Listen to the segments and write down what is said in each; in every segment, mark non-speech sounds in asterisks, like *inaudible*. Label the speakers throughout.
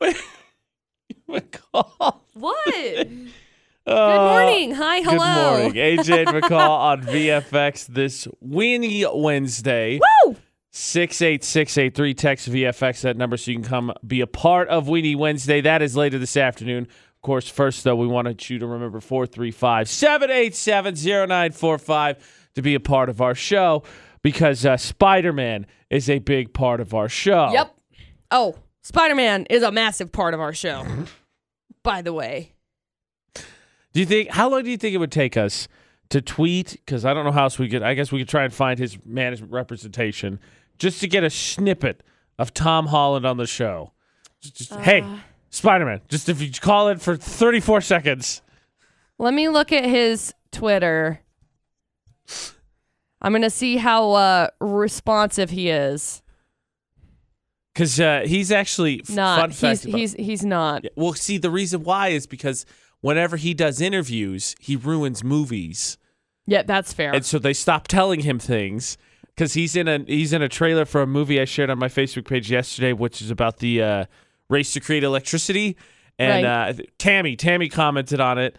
Speaker 1: Wait. *laughs* McCall. *laughs*
Speaker 2: What? Good
Speaker 1: Uh,
Speaker 2: morning. Hi, hello.
Speaker 1: Good morning.
Speaker 2: *laughs*
Speaker 1: AJ and McCall on VFX this Weenie Wednesday.
Speaker 2: Woo!
Speaker 1: 68683 text VFX that number so you can come be a part of Weenie Wednesday. That is later this afternoon. Of course, first though, we wanted you to remember 435 787 0945 to be a part of our show because uh, Spider Man is a big part of our show.
Speaker 2: Yep. Oh, Spider Man is a massive part of
Speaker 1: *laughs*
Speaker 2: our show. By the way,
Speaker 1: Do you think how long do you think it would take us to tweet? Because I don't know how else we could. I guess we could try and find his management representation just to get a snippet of Tom Holland on the show. Just- just, hey,
Speaker 2: Uh.
Speaker 1: Spider Man! Just if you call it for thirty four seconds.
Speaker 2: let me look at his Twitter. I'm gonna see how uh, responsive he is.
Speaker 1: Because uh, he's actually f-
Speaker 2: Not.
Speaker 1: fun fact.
Speaker 2: he's
Speaker 1: about-
Speaker 2: he's he's not.
Speaker 1: well, see, the reason why is because whenever he does interviews, he ruins movies.
Speaker 2: Yeah, that's fair.
Speaker 1: and so they stopped telling him things because he's in a he's in a trailer for a movie I shared on my Facebook page yesterday, which is about the uh, race to create electricity. And
Speaker 2: Right.
Speaker 1: uh, th- Tammy Tammy commented on it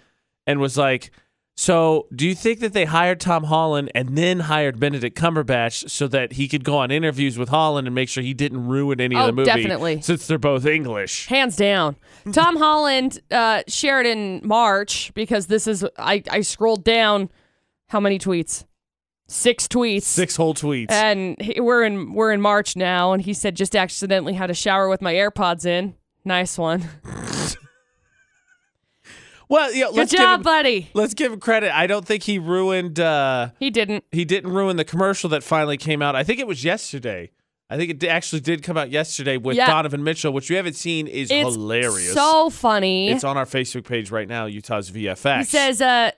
Speaker 1: and was like, "So do you think that they hired Tom Holland and then hired Benedict Cumberbatch so that he could go on interviews with Holland and make sure he didn't ruin any
Speaker 2: Oh,
Speaker 1: of the movie?
Speaker 2: definitely.
Speaker 1: since they're both English." *laughs*
Speaker 2: Hands down. Tom Holland uh, shared in March because this is, I, I scrolled down how many tweets? Six tweets.
Speaker 1: Six whole tweets.
Speaker 2: And he, we're in we're in March now, and he said just accidentally had a shower with my AirPods in. Nice one. *laughs*
Speaker 1: well, yeah,
Speaker 2: Good
Speaker 1: let's
Speaker 2: job,
Speaker 1: give him,
Speaker 2: buddy.
Speaker 1: let's give him credit. I don't think he ruined. Uh,
Speaker 2: He didn't.
Speaker 1: he didn't ruin the commercial that finally came out. I think it was yesterday. I think it d- actually did come out yesterday with
Speaker 2: Yeah.
Speaker 1: Donovan Mitchell, which you haven't seen is
Speaker 2: It's
Speaker 1: hilarious.
Speaker 2: so funny.
Speaker 1: it's on our Facebook page right now, Utah's VFX.
Speaker 2: He says, uh,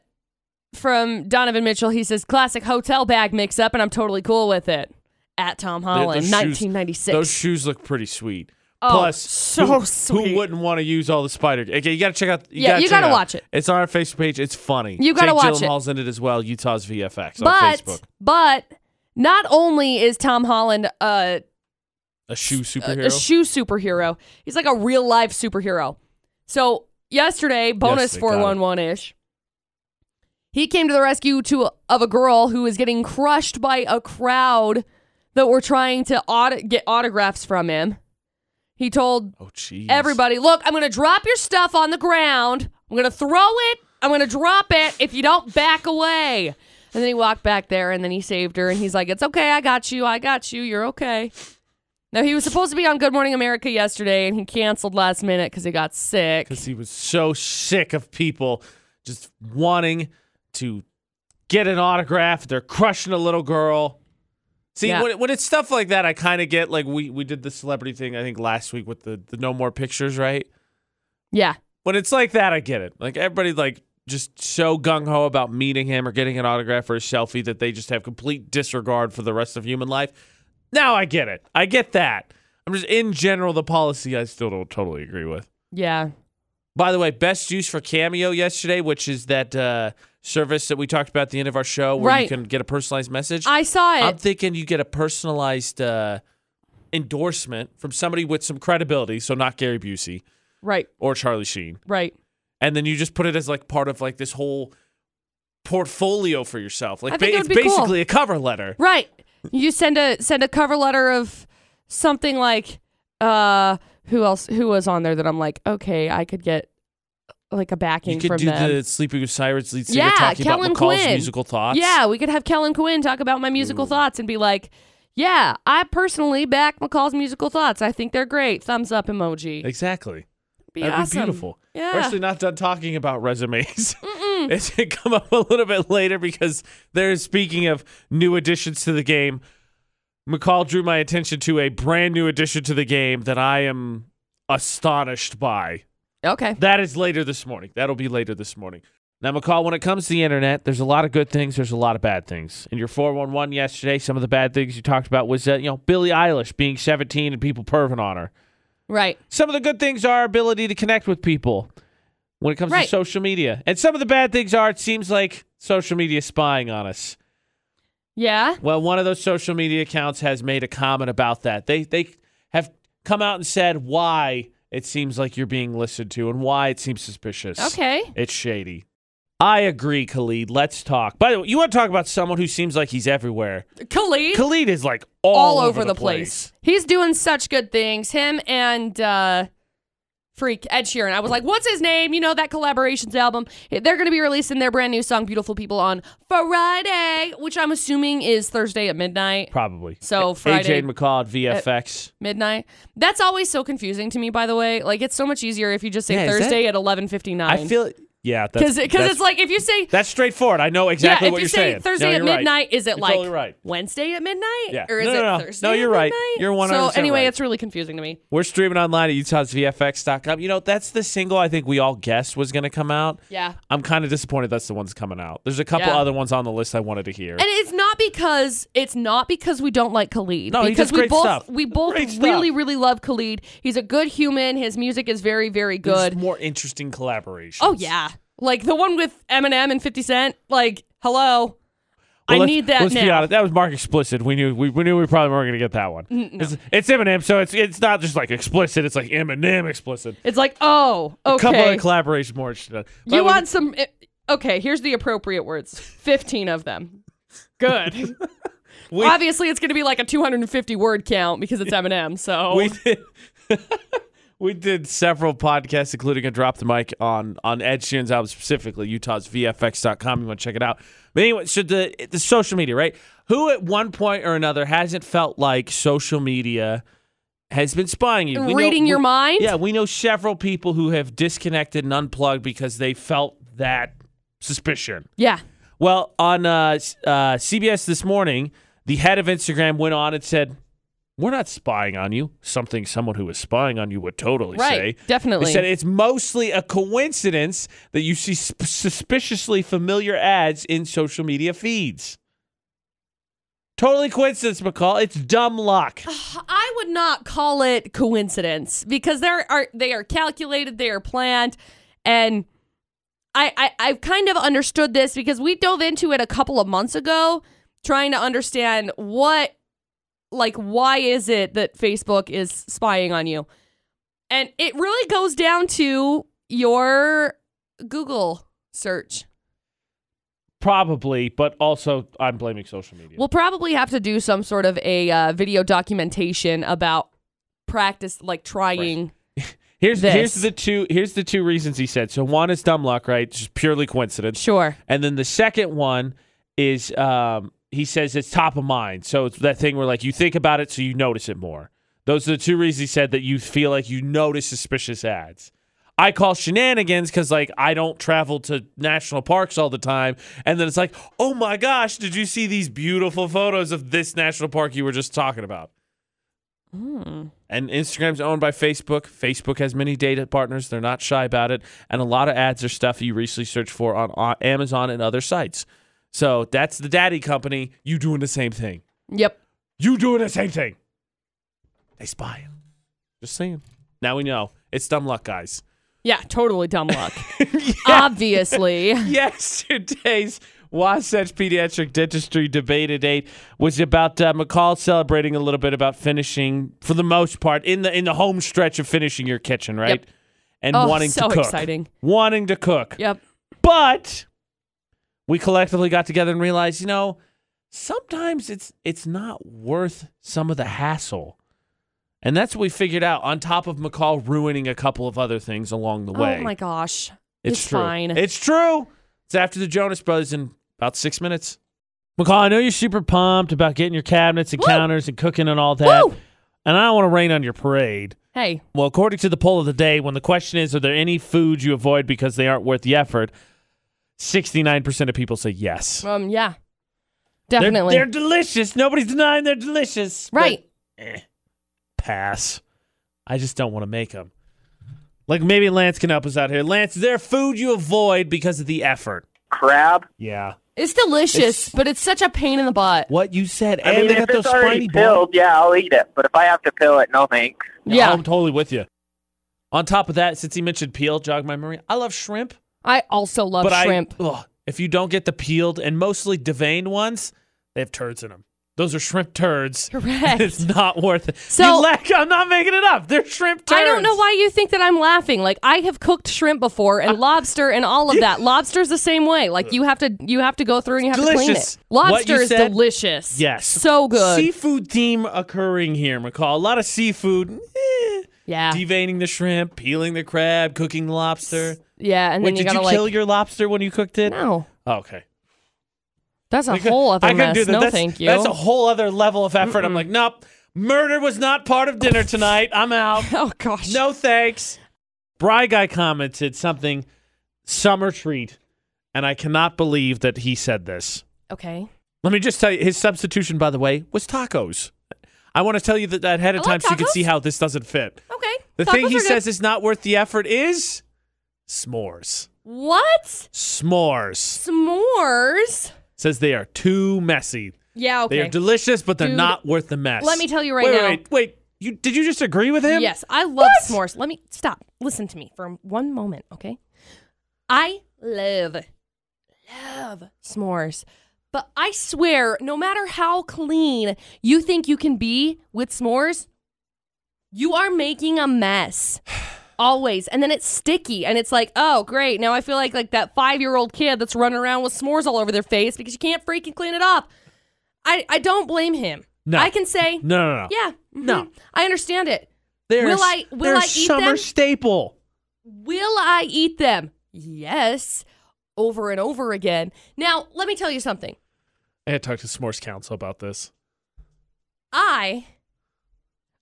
Speaker 2: from Donovan Mitchell, he says, classic hotel bag mix up, and I'm totally cool with it. At Tom Holland,
Speaker 1: shoes-
Speaker 2: 1996.
Speaker 1: those shoes look pretty sweet.
Speaker 2: Oh,
Speaker 1: Plus,
Speaker 2: so
Speaker 1: who,
Speaker 2: sweet.
Speaker 1: Who wouldn't want to use all the spider? Okay, you gotta check out.
Speaker 2: Yeah,
Speaker 1: gotta
Speaker 2: you
Speaker 1: check
Speaker 2: gotta
Speaker 1: out.
Speaker 2: watch it.
Speaker 1: It's on our Facebook page. It's funny.
Speaker 2: You gotta
Speaker 1: Jake
Speaker 2: watch it.
Speaker 1: Gyllenhaal's in it as well. Utah's VFX on
Speaker 2: but
Speaker 1: Facebook.
Speaker 2: but not only is Tom Holland uh, a,
Speaker 1: A shoe superhero.
Speaker 2: a shoe superhero, he's like a real life superhero. So yesterday, bonus
Speaker 1: they got it.
Speaker 2: four one one ish, he came to the rescue to of a girl who was getting crushed by a crowd that were trying to auto, get autographs from him. He told
Speaker 1: oh, jeez.
Speaker 2: everybody, look, I'm going to drop your stuff on the ground. I'm going to throw it. I'm going to drop it if you don't back away. And then he walked back there and then he saved her and he's like, it's okay. I got you. I got you. You're okay. Now, he was supposed to be on Good Morning America yesterday and he canceled last minute because he got sick.
Speaker 1: because he was so sick of people just wanting to get an autograph. They're crushing a little girl. See,
Speaker 2: Yeah.
Speaker 1: when, when it's stuff like that, I kind of get like we we did the celebrity thing I think last week with the the no more pictures, right?
Speaker 2: Yeah.
Speaker 1: When it's like that, I get it. Like everybody like just so gung ho about meeting him or getting an autograph or a selfie that they just have complete disregard for the rest of human life. Now I get it. I get that. I'm just in general the policy I still don't totally agree with.
Speaker 2: Yeah.
Speaker 1: By the way, best use for Cameo yesterday, which is that uh, service that we talked about at the end of our show where you
Speaker 2: Right.
Speaker 1: can get a personalized message.
Speaker 2: I saw
Speaker 1: am
Speaker 2: it.
Speaker 1: thinking you get a personalized uh, endorsement from somebody with some credibility, so not Gary Busey
Speaker 2: Right.
Speaker 1: or Charlie Sheen.
Speaker 2: Right.
Speaker 1: And then you just put it as like part of like this whole portfolio for yourself. Like
Speaker 2: I think it
Speaker 1: it's
Speaker 2: would be cool.
Speaker 1: basically a cover letter.
Speaker 2: Right. You send a send a cover letter of something like uh who else who was on there that I'm like, okay, I could get like a backing
Speaker 1: You could
Speaker 2: from
Speaker 1: do
Speaker 2: them.
Speaker 1: the Sleeping with Cyrus lead singer
Speaker 2: Yeah,
Speaker 1: talking
Speaker 2: Kellen
Speaker 1: about McCall's
Speaker 2: Quinn.
Speaker 1: musical thoughts.
Speaker 2: Yeah, we could have Kellen Quinn talk about my musical thoughts and be like, yeah, I personally back McCall's musical thoughts. I think they're great. Thumbs up emoji.
Speaker 1: Exactly.
Speaker 2: be
Speaker 1: That'd
Speaker 2: awesome.
Speaker 1: be beautiful.
Speaker 2: Yeah.
Speaker 1: We're actually not done talking about resumes. *laughs* It's going to come up a little bit later because there's, speaking of new additions to the game, McCall drew my attention to a brand new addition to the game that I am astonished by.
Speaker 2: Okay.
Speaker 1: That is later this morning. That'll be later this morning. Now, McCall, when it comes to the internet, there's a lot of good things. There's a lot of bad things. In your 411 yesterday, some of the bad things you talked about was, uh, you know, Billie Eilish being 17 and people perving on her
Speaker 2: Right.
Speaker 1: some of the good things are our ability to connect with people when it comes to
Speaker 2: Right.
Speaker 1: social media. And some of the bad things are it seems like social media is spying on us.
Speaker 2: Yeah.
Speaker 1: Well, one of those social media accounts has made a comment about that. They they have come out and said why it seems like you're being listened to and why it seems suspicious.
Speaker 2: Okay.
Speaker 1: It's shady. I agree, Khalid. Let's talk. By the way, you want to talk about someone who seems like he's everywhere.
Speaker 2: Khalid.
Speaker 1: Khalid is like all, over, the place.
Speaker 2: He's doing such good things. Him and uh Freak Ed Sheeran. I was like, what's his name? You know that collaborations album. They're going to be releasing their brand new song "Beautiful People" on Friday, which I'm assuming is Thursday at midnight.
Speaker 1: Probably.
Speaker 2: So
Speaker 1: A-
Speaker 2: Friday-
Speaker 1: AJ and McCall at VFX.
Speaker 2: Midnight. That's always so confusing to me. By the way, like it's so much easier if you just say
Speaker 1: Yeah, is that-
Speaker 2: Thursday at 11:59.
Speaker 1: I feel. Yeah, that's
Speaker 2: because because
Speaker 1: that's-
Speaker 2: it's like if you say
Speaker 1: that's straightforward. I know exactly
Speaker 2: yeah, if
Speaker 1: what
Speaker 2: you
Speaker 1: are
Speaker 2: say
Speaker 1: saying.
Speaker 2: Thursday
Speaker 1: No,
Speaker 2: at
Speaker 1: you're right.
Speaker 2: midnight, is it
Speaker 1: You're
Speaker 2: like
Speaker 1: totally right.
Speaker 2: Wednesday at midnight?
Speaker 1: Yeah.
Speaker 2: Or is
Speaker 1: No, no, no.
Speaker 2: it
Speaker 1: No,
Speaker 2: Thursday?
Speaker 1: you're
Speaker 2: at
Speaker 1: right.
Speaker 2: midnight?
Speaker 1: You're 100%
Speaker 2: So anyway,
Speaker 1: right.
Speaker 2: it's really confusing to me.
Speaker 1: We're streaming online at utahsvfx.com. You know, that's the single I think we all guessed was going to come out.
Speaker 2: Yeah.
Speaker 1: I'm kind of disappointed that's the one's coming out. There's a couple
Speaker 2: Yeah.
Speaker 1: other ones on the list I wanted to hear.
Speaker 2: And it's not because it's not because we don't like Khalid.
Speaker 1: No, he
Speaker 2: because
Speaker 1: does
Speaker 2: we
Speaker 1: great
Speaker 2: both
Speaker 1: stuff.
Speaker 2: we both
Speaker 1: Great stuff.
Speaker 2: really really love Khalid. He's a good human. His music is very very
Speaker 1: There's
Speaker 2: good.
Speaker 1: more interesting collaboration.
Speaker 2: Oh yeah, like the one with Eminem and Fifty Cent. Like hello, I need that
Speaker 1: Let's
Speaker 2: now.
Speaker 1: be honest. That was mark explicit. We knew we, we knew we probably weren't going to get that one. It's, it's Eminem, so it's it's not just like explicit. It's like Eminem explicit.
Speaker 2: It's like oh okay.
Speaker 1: A couple of collaborations more interesting. But
Speaker 2: you
Speaker 1: when- *laughs*
Speaker 2: want some? eh, Okay, here's the appropriate words. Fifteen of them. Good.
Speaker 1: We-
Speaker 2: Obviously, it's going to be like a 250 word count because
Speaker 1: *laughs*
Speaker 2: it's Eminem. So
Speaker 1: we did *laughs* we did several podcasts, including a drop the mic on on Ed Sheeran's album specifically, Utah's VFX.com. You want to check it out. But anyway, so the the social media, right? Who at one point or another hasn't felt like social media has been spying you?
Speaker 2: reading your mind.
Speaker 1: Yeah, we know several people who have disconnected and unplugged because they felt that suspicion.
Speaker 2: Yeah.
Speaker 1: Well, on uh, s- uh, CBS this morning, the head of Instagram went on and said, "We're not spying on you." Something someone who is spying on you would totally
Speaker 2: Right.
Speaker 1: say.
Speaker 2: Definitely.
Speaker 1: They said it's mostly a coincidence that you see sp- suspiciously familiar ads in social media feeds. Totally coincidence, McCall. It's dumb luck.
Speaker 2: Ah. I would not call it coincidence because there are they are calculated, they are planned, and I, I I've kind of understood this because we dove into it a couple of months ago, trying to understand what like why is it that Facebook is spying on you, and it really goes down to your Google search.
Speaker 1: Probably, but also I'm blaming social media.
Speaker 2: We'll probably have to do some sort of a uh, video documentation about practice, like trying.
Speaker 1: here's
Speaker 2: this.
Speaker 1: here's the two here's the two reasons he said. So one is dumb luck, right? Just purely coincidence.
Speaker 2: Sure.
Speaker 1: And then the second one is um, he says it's top of mind. So it's that thing where like you think about it, so you notice it more. Those are the two reasons he said that you feel like you notice suspicious ads. I call shenanigans because like I don't travel to national parks all the time, and then it's like, oh my gosh, did you see these beautiful photos of this national park you were just talking about? And Instagram's owned by Facebook. Facebook has many data partners. They're not shy about it. And a lot of ads are stuff you recently search for on, on Amazon and other sites. So that's the daddy company. You doing the same thing.
Speaker 2: Yep.
Speaker 1: You doing the same thing. They spying. Just saying. Now we know. It's dumb luck, guys.
Speaker 2: Yeah,
Speaker 1: *laughs*
Speaker 2: totally dumb luck. Obviously.
Speaker 1: Yesterday's Wasatch Pediatric Dentistry debate at eight was about uh, McCall celebrating a little bit about finishing, for the most part, in the in the home stretch of finishing your kitchen, right? And
Speaker 2: Oh,
Speaker 1: wanting
Speaker 2: so
Speaker 1: to cook,
Speaker 2: exciting.
Speaker 1: wanting to cook.
Speaker 2: Yep.
Speaker 1: But we collectively got together and realized, you know, sometimes it's it's not worth some of the hassle. And that's what we figured out on top of McCall ruining a couple of other things along the way.
Speaker 2: Oh my gosh.
Speaker 1: It's, true.
Speaker 2: fine.
Speaker 1: It's true. It's after the Jonas Brothers in about six minutes. McCall, I know you're super pumped about getting your cabinets and
Speaker 2: Woo!
Speaker 1: counters and cooking and all that.
Speaker 2: Woo!
Speaker 1: And I don't want to rain on your parade.
Speaker 2: hey.
Speaker 1: Well, according to the poll of the day, when the question is, are there any foods you avoid because they aren't worth the effort? 69% of people say yes.
Speaker 2: Um yeah.
Speaker 1: They're-
Speaker 2: Definitely.
Speaker 1: They're, delicious. Nobody's denying they're delicious. but
Speaker 2: right.
Speaker 1: pass. I just don't want to make them. Like maybe Lance can help us out here. Lance, is there food you avoid because of the effort?
Speaker 3: crab.
Speaker 1: Yeah.
Speaker 2: It's delicious, but it's such a pain in the butt.
Speaker 1: What you said.
Speaker 3: I
Speaker 1: and
Speaker 3: mean,
Speaker 1: they
Speaker 3: if
Speaker 1: got those
Speaker 3: it's already
Speaker 1: spiny balls.
Speaker 3: peeled, yeah, I'll eat it. But if I have to peel it, no thanks.
Speaker 2: Yeah.
Speaker 1: I'm totally with you. On top of that, since he mentioned peel, jog my memory. I love shrimp,
Speaker 2: I also love
Speaker 1: but
Speaker 2: shrimp.
Speaker 1: I ugh, if you don't get the peeled and mostly deveined ones, they have turds in them. Those are shrimp turds. *laughs*
Speaker 2: Correct.
Speaker 1: it's not worth it.
Speaker 2: So-
Speaker 1: you lack, I'm not making it up. They're shrimp turds.
Speaker 2: I don't know why you think that I'm laughing. Like I have cooked shrimp before and lobster and all of that. Lobster's the same way. Like you have to you have to go through and you have
Speaker 1: Delicious.
Speaker 2: to clean
Speaker 1: What
Speaker 2: it.
Speaker 1: you
Speaker 2: Lobster is
Speaker 1: said-
Speaker 2: delicious.
Speaker 1: Yes.
Speaker 2: So good.
Speaker 1: Seafood theme occurring here, McCall. A lot of seafood. Eh.
Speaker 2: yeah.
Speaker 1: Deveining the shrimp, peeling the crab, cooking lobster.
Speaker 2: yeah, and
Speaker 1: Wait,
Speaker 2: then you
Speaker 1: did
Speaker 2: gotta
Speaker 1: you
Speaker 2: like
Speaker 1: kill your lobster when you cooked it?
Speaker 2: No.
Speaker 1: Oh, okay.
Speaker 2: That's a
Speaker 1: I could-
Speaker 2: whole other
Speaker 1: I could
Speaker 2: mess.
Speaker 1: do that.
Speaker 2: No
Speaker 1: that's,
Speaker 2: thank you.
Speaker 1: That's a whole other level of effort. I'm like, nope. Murder was not part of dinner tonight. I'm
Speaker 2: *laughs*
Speaker 1: out.
Speaker 2: *laughs* oh gosh.
Speaker 1: No thanks. Bry guy commented something summer treat, and I cannot believe that he said this.
Speaker 2: Okay.
Speaker 1: Let me just tell you, his substitution, by the way, was tacos. I want to tell you that, that ahead of
Speaker 2: I
Speaker 1: time
Speaker 2: like
Speaker 1: so you can
Speaker 2: Oh, tacos.
Speaker 1: see how this doesn't fit.
Speaker 2: Okay.
Speaker 1: The
Speaker 2: Tacos
Speaker 1: thing he
Speaker 2: are good.
Speaker 1: says is not worth the effort is s'mores.
Speaker 2: What?
Speaker 1: S'mores
Speaker 2: S'mores?
Speaker 1: says they are too messy.
Speaker 2: Yeah, okay.
Speaker 1: They are delicious, but they're
Speaker 2: Dude,
Speaker 1: not worth the mess.
Speaker 2: let me tell you right
Speaker 1: wait,
Speaker 2: now-
Speaker 1: Wait, wait, wait. You did you just agree with him?
Speaker 2: Yes, I love s'mores. Let me stop. Listen to me for one moment, okay? I love, love s'mores. But I swear, no matter how clean you think you can be with s'mores, you are making a mess. *sighs* Always. And then it's sticky and it's like, oh great, now I feel like like that five year old kid that's running around with s'mores all over their face because you can't freaking clean it up. I, I don't blame him.
Speaker 1: No.
Speaker 2: I can say
Speaker 1: No, no, no.
Speaker 2: yeah. mhm.
Speaker 1: No.
Speaker 2: I understand it.
Speaker 1: They're
Speaker 2: Will
Speaker 1: s-
Speaker 2: I- will
Speaker 1: they're
Speaker 2: I
Speaker 1: a
Speaker 2: eat
Speaker 1: summer
Speaker 2: them?
Speaker 1: staple.
Speaker 2: Will I eat them? Yes. Over and over again. Now, let me tell you something.
Speaker 1: I had talked to S'mores Council about this.
Speaker 2: I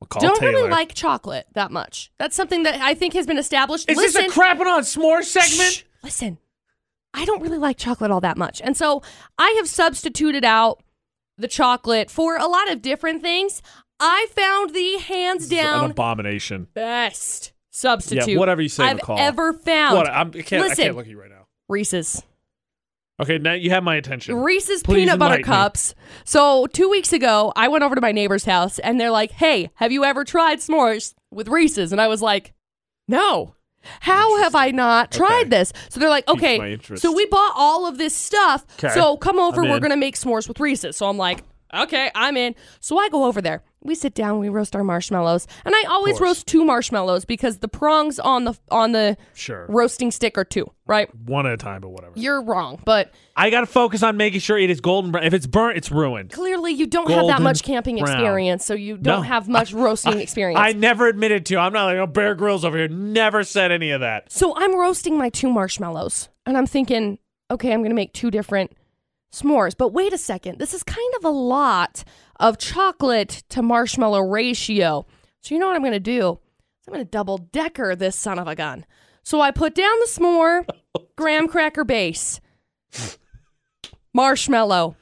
Speaker 1: McCall
Speaker 2: don't
Speaker 1: Taylor.
Speaker 2: really like chocolate that much. That's something that I think has been established.
Speaker 1: Is
Speaker 2: Listen,
Speaker 1: this a crapping on s'mores segment?
Speaker 2: Shh, listen, I don't really like chocolate all that much. And so I have substituted out the chocolate for a lot of different things. I found the hands
Speaker 1: An
Speaker 2: down
Speaker 1: abomination.
Speaker 2: best substitute
Speaker 1: whatever you say,
Speaker 2: I've
Speaker 1: McCall.
Speaker 2: ever found.
Speaker 1: What? I'm, I can't. I
Speaker 2: Listen.
Speaker 1: can't look at you right now.
Speaker 2: Reese's.
Speaker 1: Okay, now you have my attention.
Speaker 2: Reese's
Speaker 1: Please
Speaker 2: peanut butter
Speaker 1: enlighten me.
Speaker 2: cups. So two weeks ago, I went over to my neighbor's house and they're like, "Hey, have you ever tried s'mores with Reese's?" And I was like, "No." How have I not tried
Speaker 1: Okay.
Speaker 2: this? So they're like,
Speaker 1: Piqued
Speaker 2: okay.
Speaker 1: my interest.
Speaker 2: So we bought all of this stuff.
Speaker 1: 'Kay.
Speaker 2: So come over.
Speaker 1: I'm
Speaker 2: We're
Speaker 1: in.
Speaker 2: gonna make s'mores with Reese's. So I'm like, okay, I'm in. So I go over there. We sit down. We roast our marshmallows, and I always
Speaker 1: course.
Speaker 2: roast two marshmallows because the prongs on the on the
Speaker 1: Sure.
Speaker 2: roasting stick are two. Right?
Speaker 1: One at a time, but whatever.
Speaker 2: You're wrong, but
Speaker 1: I gotta focus on making sure it is golden brown. If it's burnt, it's ruined.
Speaker 2: clearly you don't have
Speaker 1: Golden
Speaker 2: that much camping
Speaker 1: brown.
Speaker 2: experience, so you don't
Speaker 1: No. *laughs*
Speaker 2: have much roasting experience.
Speaker 1: I never admitted to. I'm not like oh, Bear Grylls over here. Never said any of that.
Speaker 2: so I'm roasting my two marshmallows, and I'm thinking, okay, I'm going to make two different s'mores. But wait a second, this is kind of a lot of chocolate to marshmallow ratio. So you know what I'm going to do? I'm going to double decker this son of a gun. So I put down
Speaker 1: *laughs*
Speaker 2: the s'more, graham cracker base, marshmallow,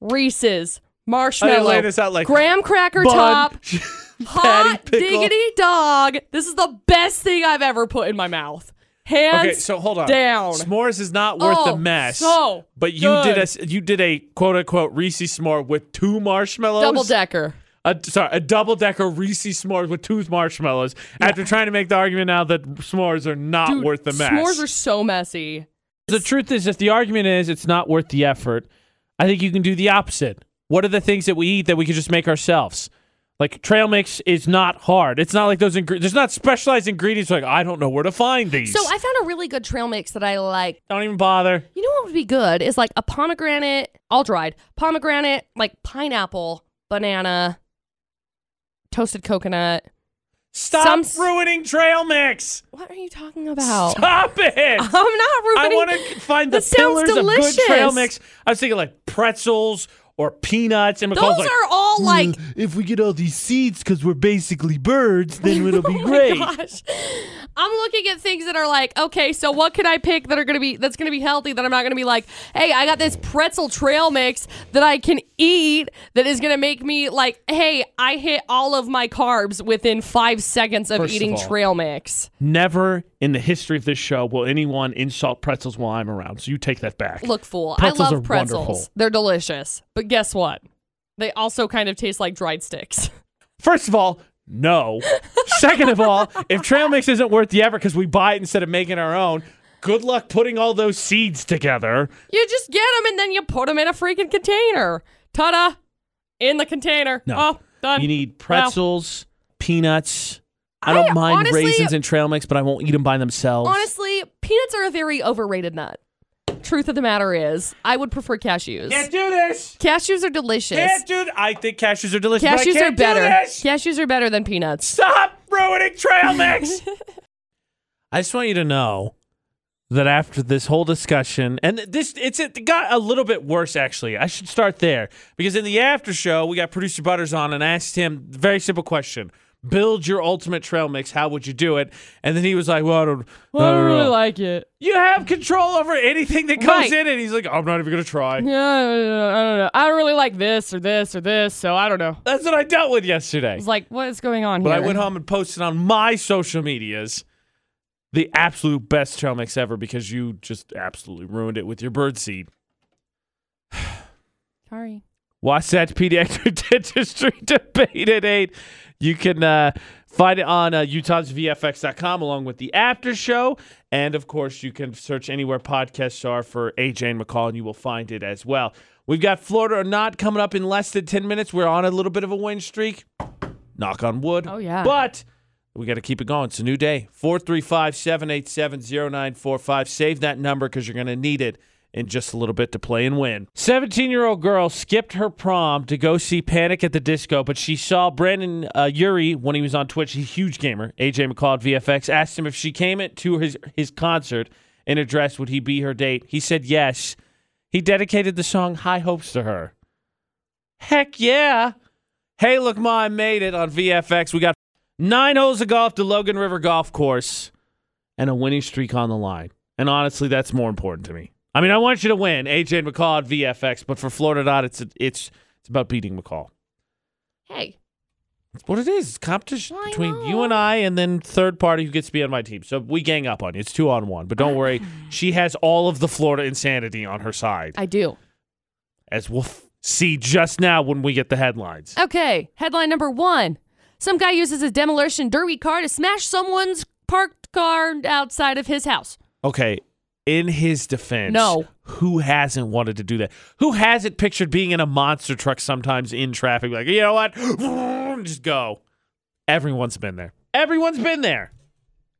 Speaker 2: Reese's, marshmallow,
Speaker 1: lay this out like
Speaker 2: graham cracker
Speaker 1: Bun, *laughs*
Speaker 2: top,
Speaker 1: patty
Speaker 2: Hot
Speaker 1: pickle.
Speaker 2: diggity dog. This is the best thing I've ever put in my mouth. Hands
Speaker 1: Okay, so hold on.
Speaker 2: down.
Speaker 1: S'mores is not worth
Speaker 2: Oh,
Speaker 1: the mess.
Speaker 2: so
Speaker 1: but you did
Speaker 2: good.
Speaker 1: a s- you did a quote unquote Reese's s'more with two marshmallows.
Speaker 2: Double decker.
Speaker 1: A, sorry, a double decker Reese's s'mores with two marshmallows. After trying to make the argument now that s'mores are not
Speaker 2: Dude,
Speaker 1: worth the mess.
Speaker 2: S'mores are so messy.
Speaker 1: The truth is, if the argument is it's not worth the effort, I think you can do the opposite. What are the things that we eat that we could just make ourselves? Like trail mix is not hard. It's not like those ingredients. There's not specialized ingredients. Like I don't know where to find these.
Speaker 2: So I found a really good trail mix that I like.
Speaker 1: don't even bother.
Speaker 2: You know what would be good is like a pomegranate, all dried pomegranate, like pineapple, banana, toasted coconut.
Speaker 1: Stop
Speaker 2: Some-
Speaker 1: ruining trail mix.
Speaker 2: What are you talking about?
Speaker 1: Stop it.
Speaker 2: *laughs* I'm not
Speaker 1: I
Speaker 2: ruining.
Speaker 1: want to find the
Speaker 2: That sounds
Speaker 1: pillars of good trail mix.
Speaker 2: delicious.
Speaker 1: I was thinking like pretzels or peanuts. And McCall's
Speaker 2: Those
Speaker 1: like, "Mm,
Speaker 2: are all like
Speaker 1: if we get all these seeds because we're basically birds,
Speaker 2: *laughs*
Speaker 1: then it'll be
Speaker 2: Oh my gosh. I'm looking at things that are like, okay, so what can I pick that are gonna be that's gonna be healthy that I'm not gonna be like, hey, I got this pretzel trail mix that I can eat that is gonna make me like, hey, I hit all of my carbs within five seconds of
Speaker 1: First of
Speaker 2: eating
Speaker 1: all-
Speaker 2: trail mix.
Speaker 1: Never in the history of this show will anyone insult pretzels while I'm around. So you take that back.
Speaker 2: Look, fool,
Speaker 1: Pretzels
Speaker 2: I
Speaker 1: are
Speaker 2: love pretzels.
Speaker 1: wonderful.
Speaker 2: They're delicious, but guess what? They also kind of taste like dried sticks. *laughs*
Speaker 1: First of all, no. Second of all, if trail mix isn't worth the effort because we buy it instead of making our own, good luck putting all those seeds together.
Speaker 2: You just get them and then you put them in a freaking container. Ta da! in the container.
Speaker 1: No.
Speaker 2: Oh, done.
Speaker 1: You need pretzels, peanuts. I don't
Speaker 2: I
Speaker 1: mind
Speaker 2: honestly-
Speaker 1: raisins and trail mix, but I won't eat them by themselves.
Speaker 2: Honestly, peanuts are a very overrated nut. Truth of the matter is, I would prefer cashews.
Speaker 1: Can't do this.
Speaker 2: Cashews are delicious.
Speaker 1: Can't do. th- I think cashews are delicious. but I
Speaker 2: Cashews are
Speaker 1: can't do
Speaker 2: better.
Speaker 1: this.
Speaker 2: Cashews are better than peanuts.
Speaker 1: Stop ruining trail
Speaker 2: *laughs*
Speaker 1: mix. I just want you to know that after this whole discussion, and this it's it got a little bit worse actually. I should start there because in the after show we got producer Butters on and asked him a very simple question: Build your ultimate trail mix. How would you do it? And then he was like, "Well, I don't, I don't know.
Speaker 2: like it.
Speaker 1: you have control over anything that comes
Speaker 2: Right.
Speaker 1: in." And he's like, "I'm not even gonna try."
Speaker 2: Yeah, I don't know. I don't really like this or this or this, so I don't know.
Speaker 1: That's what I dealt with yesterday.
Speaker 2: It's like, what is going on
Speaker 1: But
Speaker 2: here?
Speaker 1: I went home and posted on my social medias the absolute best trail mix ever because you just absolutely ruined it with your bird seed.
Speaker 2: Sorry.
Speaker 1: Wasatch Pediatric *laughs* Dentistry Debate at 8. You can uh, find it on uh, utahsvfx.com along with the after show. And of course, you can search anywhere podcasts are for AJ and McCall, and you will find it as well. We've got Florida or Not coming up in less than 10 minutes. We're on a little bit of a win streak. Knock on wood.
Speaker 2: Oh, yeah.
Speaker 1: But we got to keep it going. It's a new day. 435 787 0945. Save that number because you're going to need it in just a little bit to play and win. 17 year old girl skipped her prom to go see Panic at the Disco, but she saw Brandon uh, Yuri when he was on Twitch. He's a huge gamer. AJ McCall at VFX asked him if she came at- to his, his concert in a dress, would he be her date? He said yes. He dedicated the song High Hopes to her. Heck yeah. Hey, look, Ma, I made it on VFX. We got nine holes of golf to Logan River Golf Course and a winning streak on the line. And honestly, that's more important to me. I mean, I want you to win, AJ and McCall at VFX, but for Florida Dot, it's it's it's about beating McCall.
Speaker 2: Hey,
Speaker 1: It's what it is. It's competition
Speaker 2: I
Speaker 1: between
Speaker 2: know.
Speaker 1: you and I, and then third party who gets to be on my team. So we gang up on you. It's two on one. But don't worry, she has all of the Florida insanity on her side,
Speaker 2: I do.
Speaker 1: as we'll f- see just now when we get the headlines.
Speaker 2: Okay, headline number one. Some guy uses his demolition derby car to smash someone's parked car outside of his house.
Speaker 1: Okay, in his defense,
Speaker 2: No.
Speaker 1: who hasn't wanted to do that? Who hasn't pictured being in a monster truck sometimes in traffic? Like, you know what? *laughs* Just go. Everyone's been there. Everyone's been there.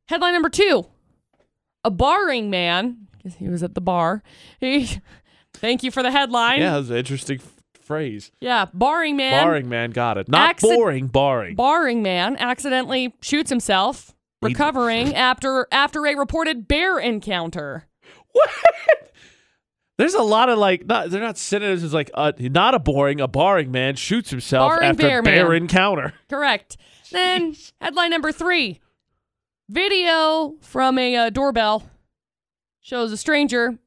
Speaker 2: Headline number two. A barring man, because he was at the bar. He, thank you for the headline.
Speaker 1: Yeah, that was an interesting f- phrase.
Speaker 2: Yeah, barring man.
Speaker 1: Barring man got it. Not
Speaker 2: Acci-
Speaker 1: boring, barring.
Speaker 2: barring man accidentally shoots himself,
Speaker 1: He- *laughs*
Speaker 2: recovering after after a reported bear encounter.
Speaker 1: what? *laughs* There's a lot of like, not, they're not synonyms. It's like, uh, not a boring, a barring man shoots himself
Speaker 2: Barring
Speaker 1: after
Speaker 2: bear
Speaker 1: bear
Speaker 2: man. *laughs*
Speaker 1: encounter.
Speaker 2: Correct. Then headline number three: video from a uh, doorbell shows a stranger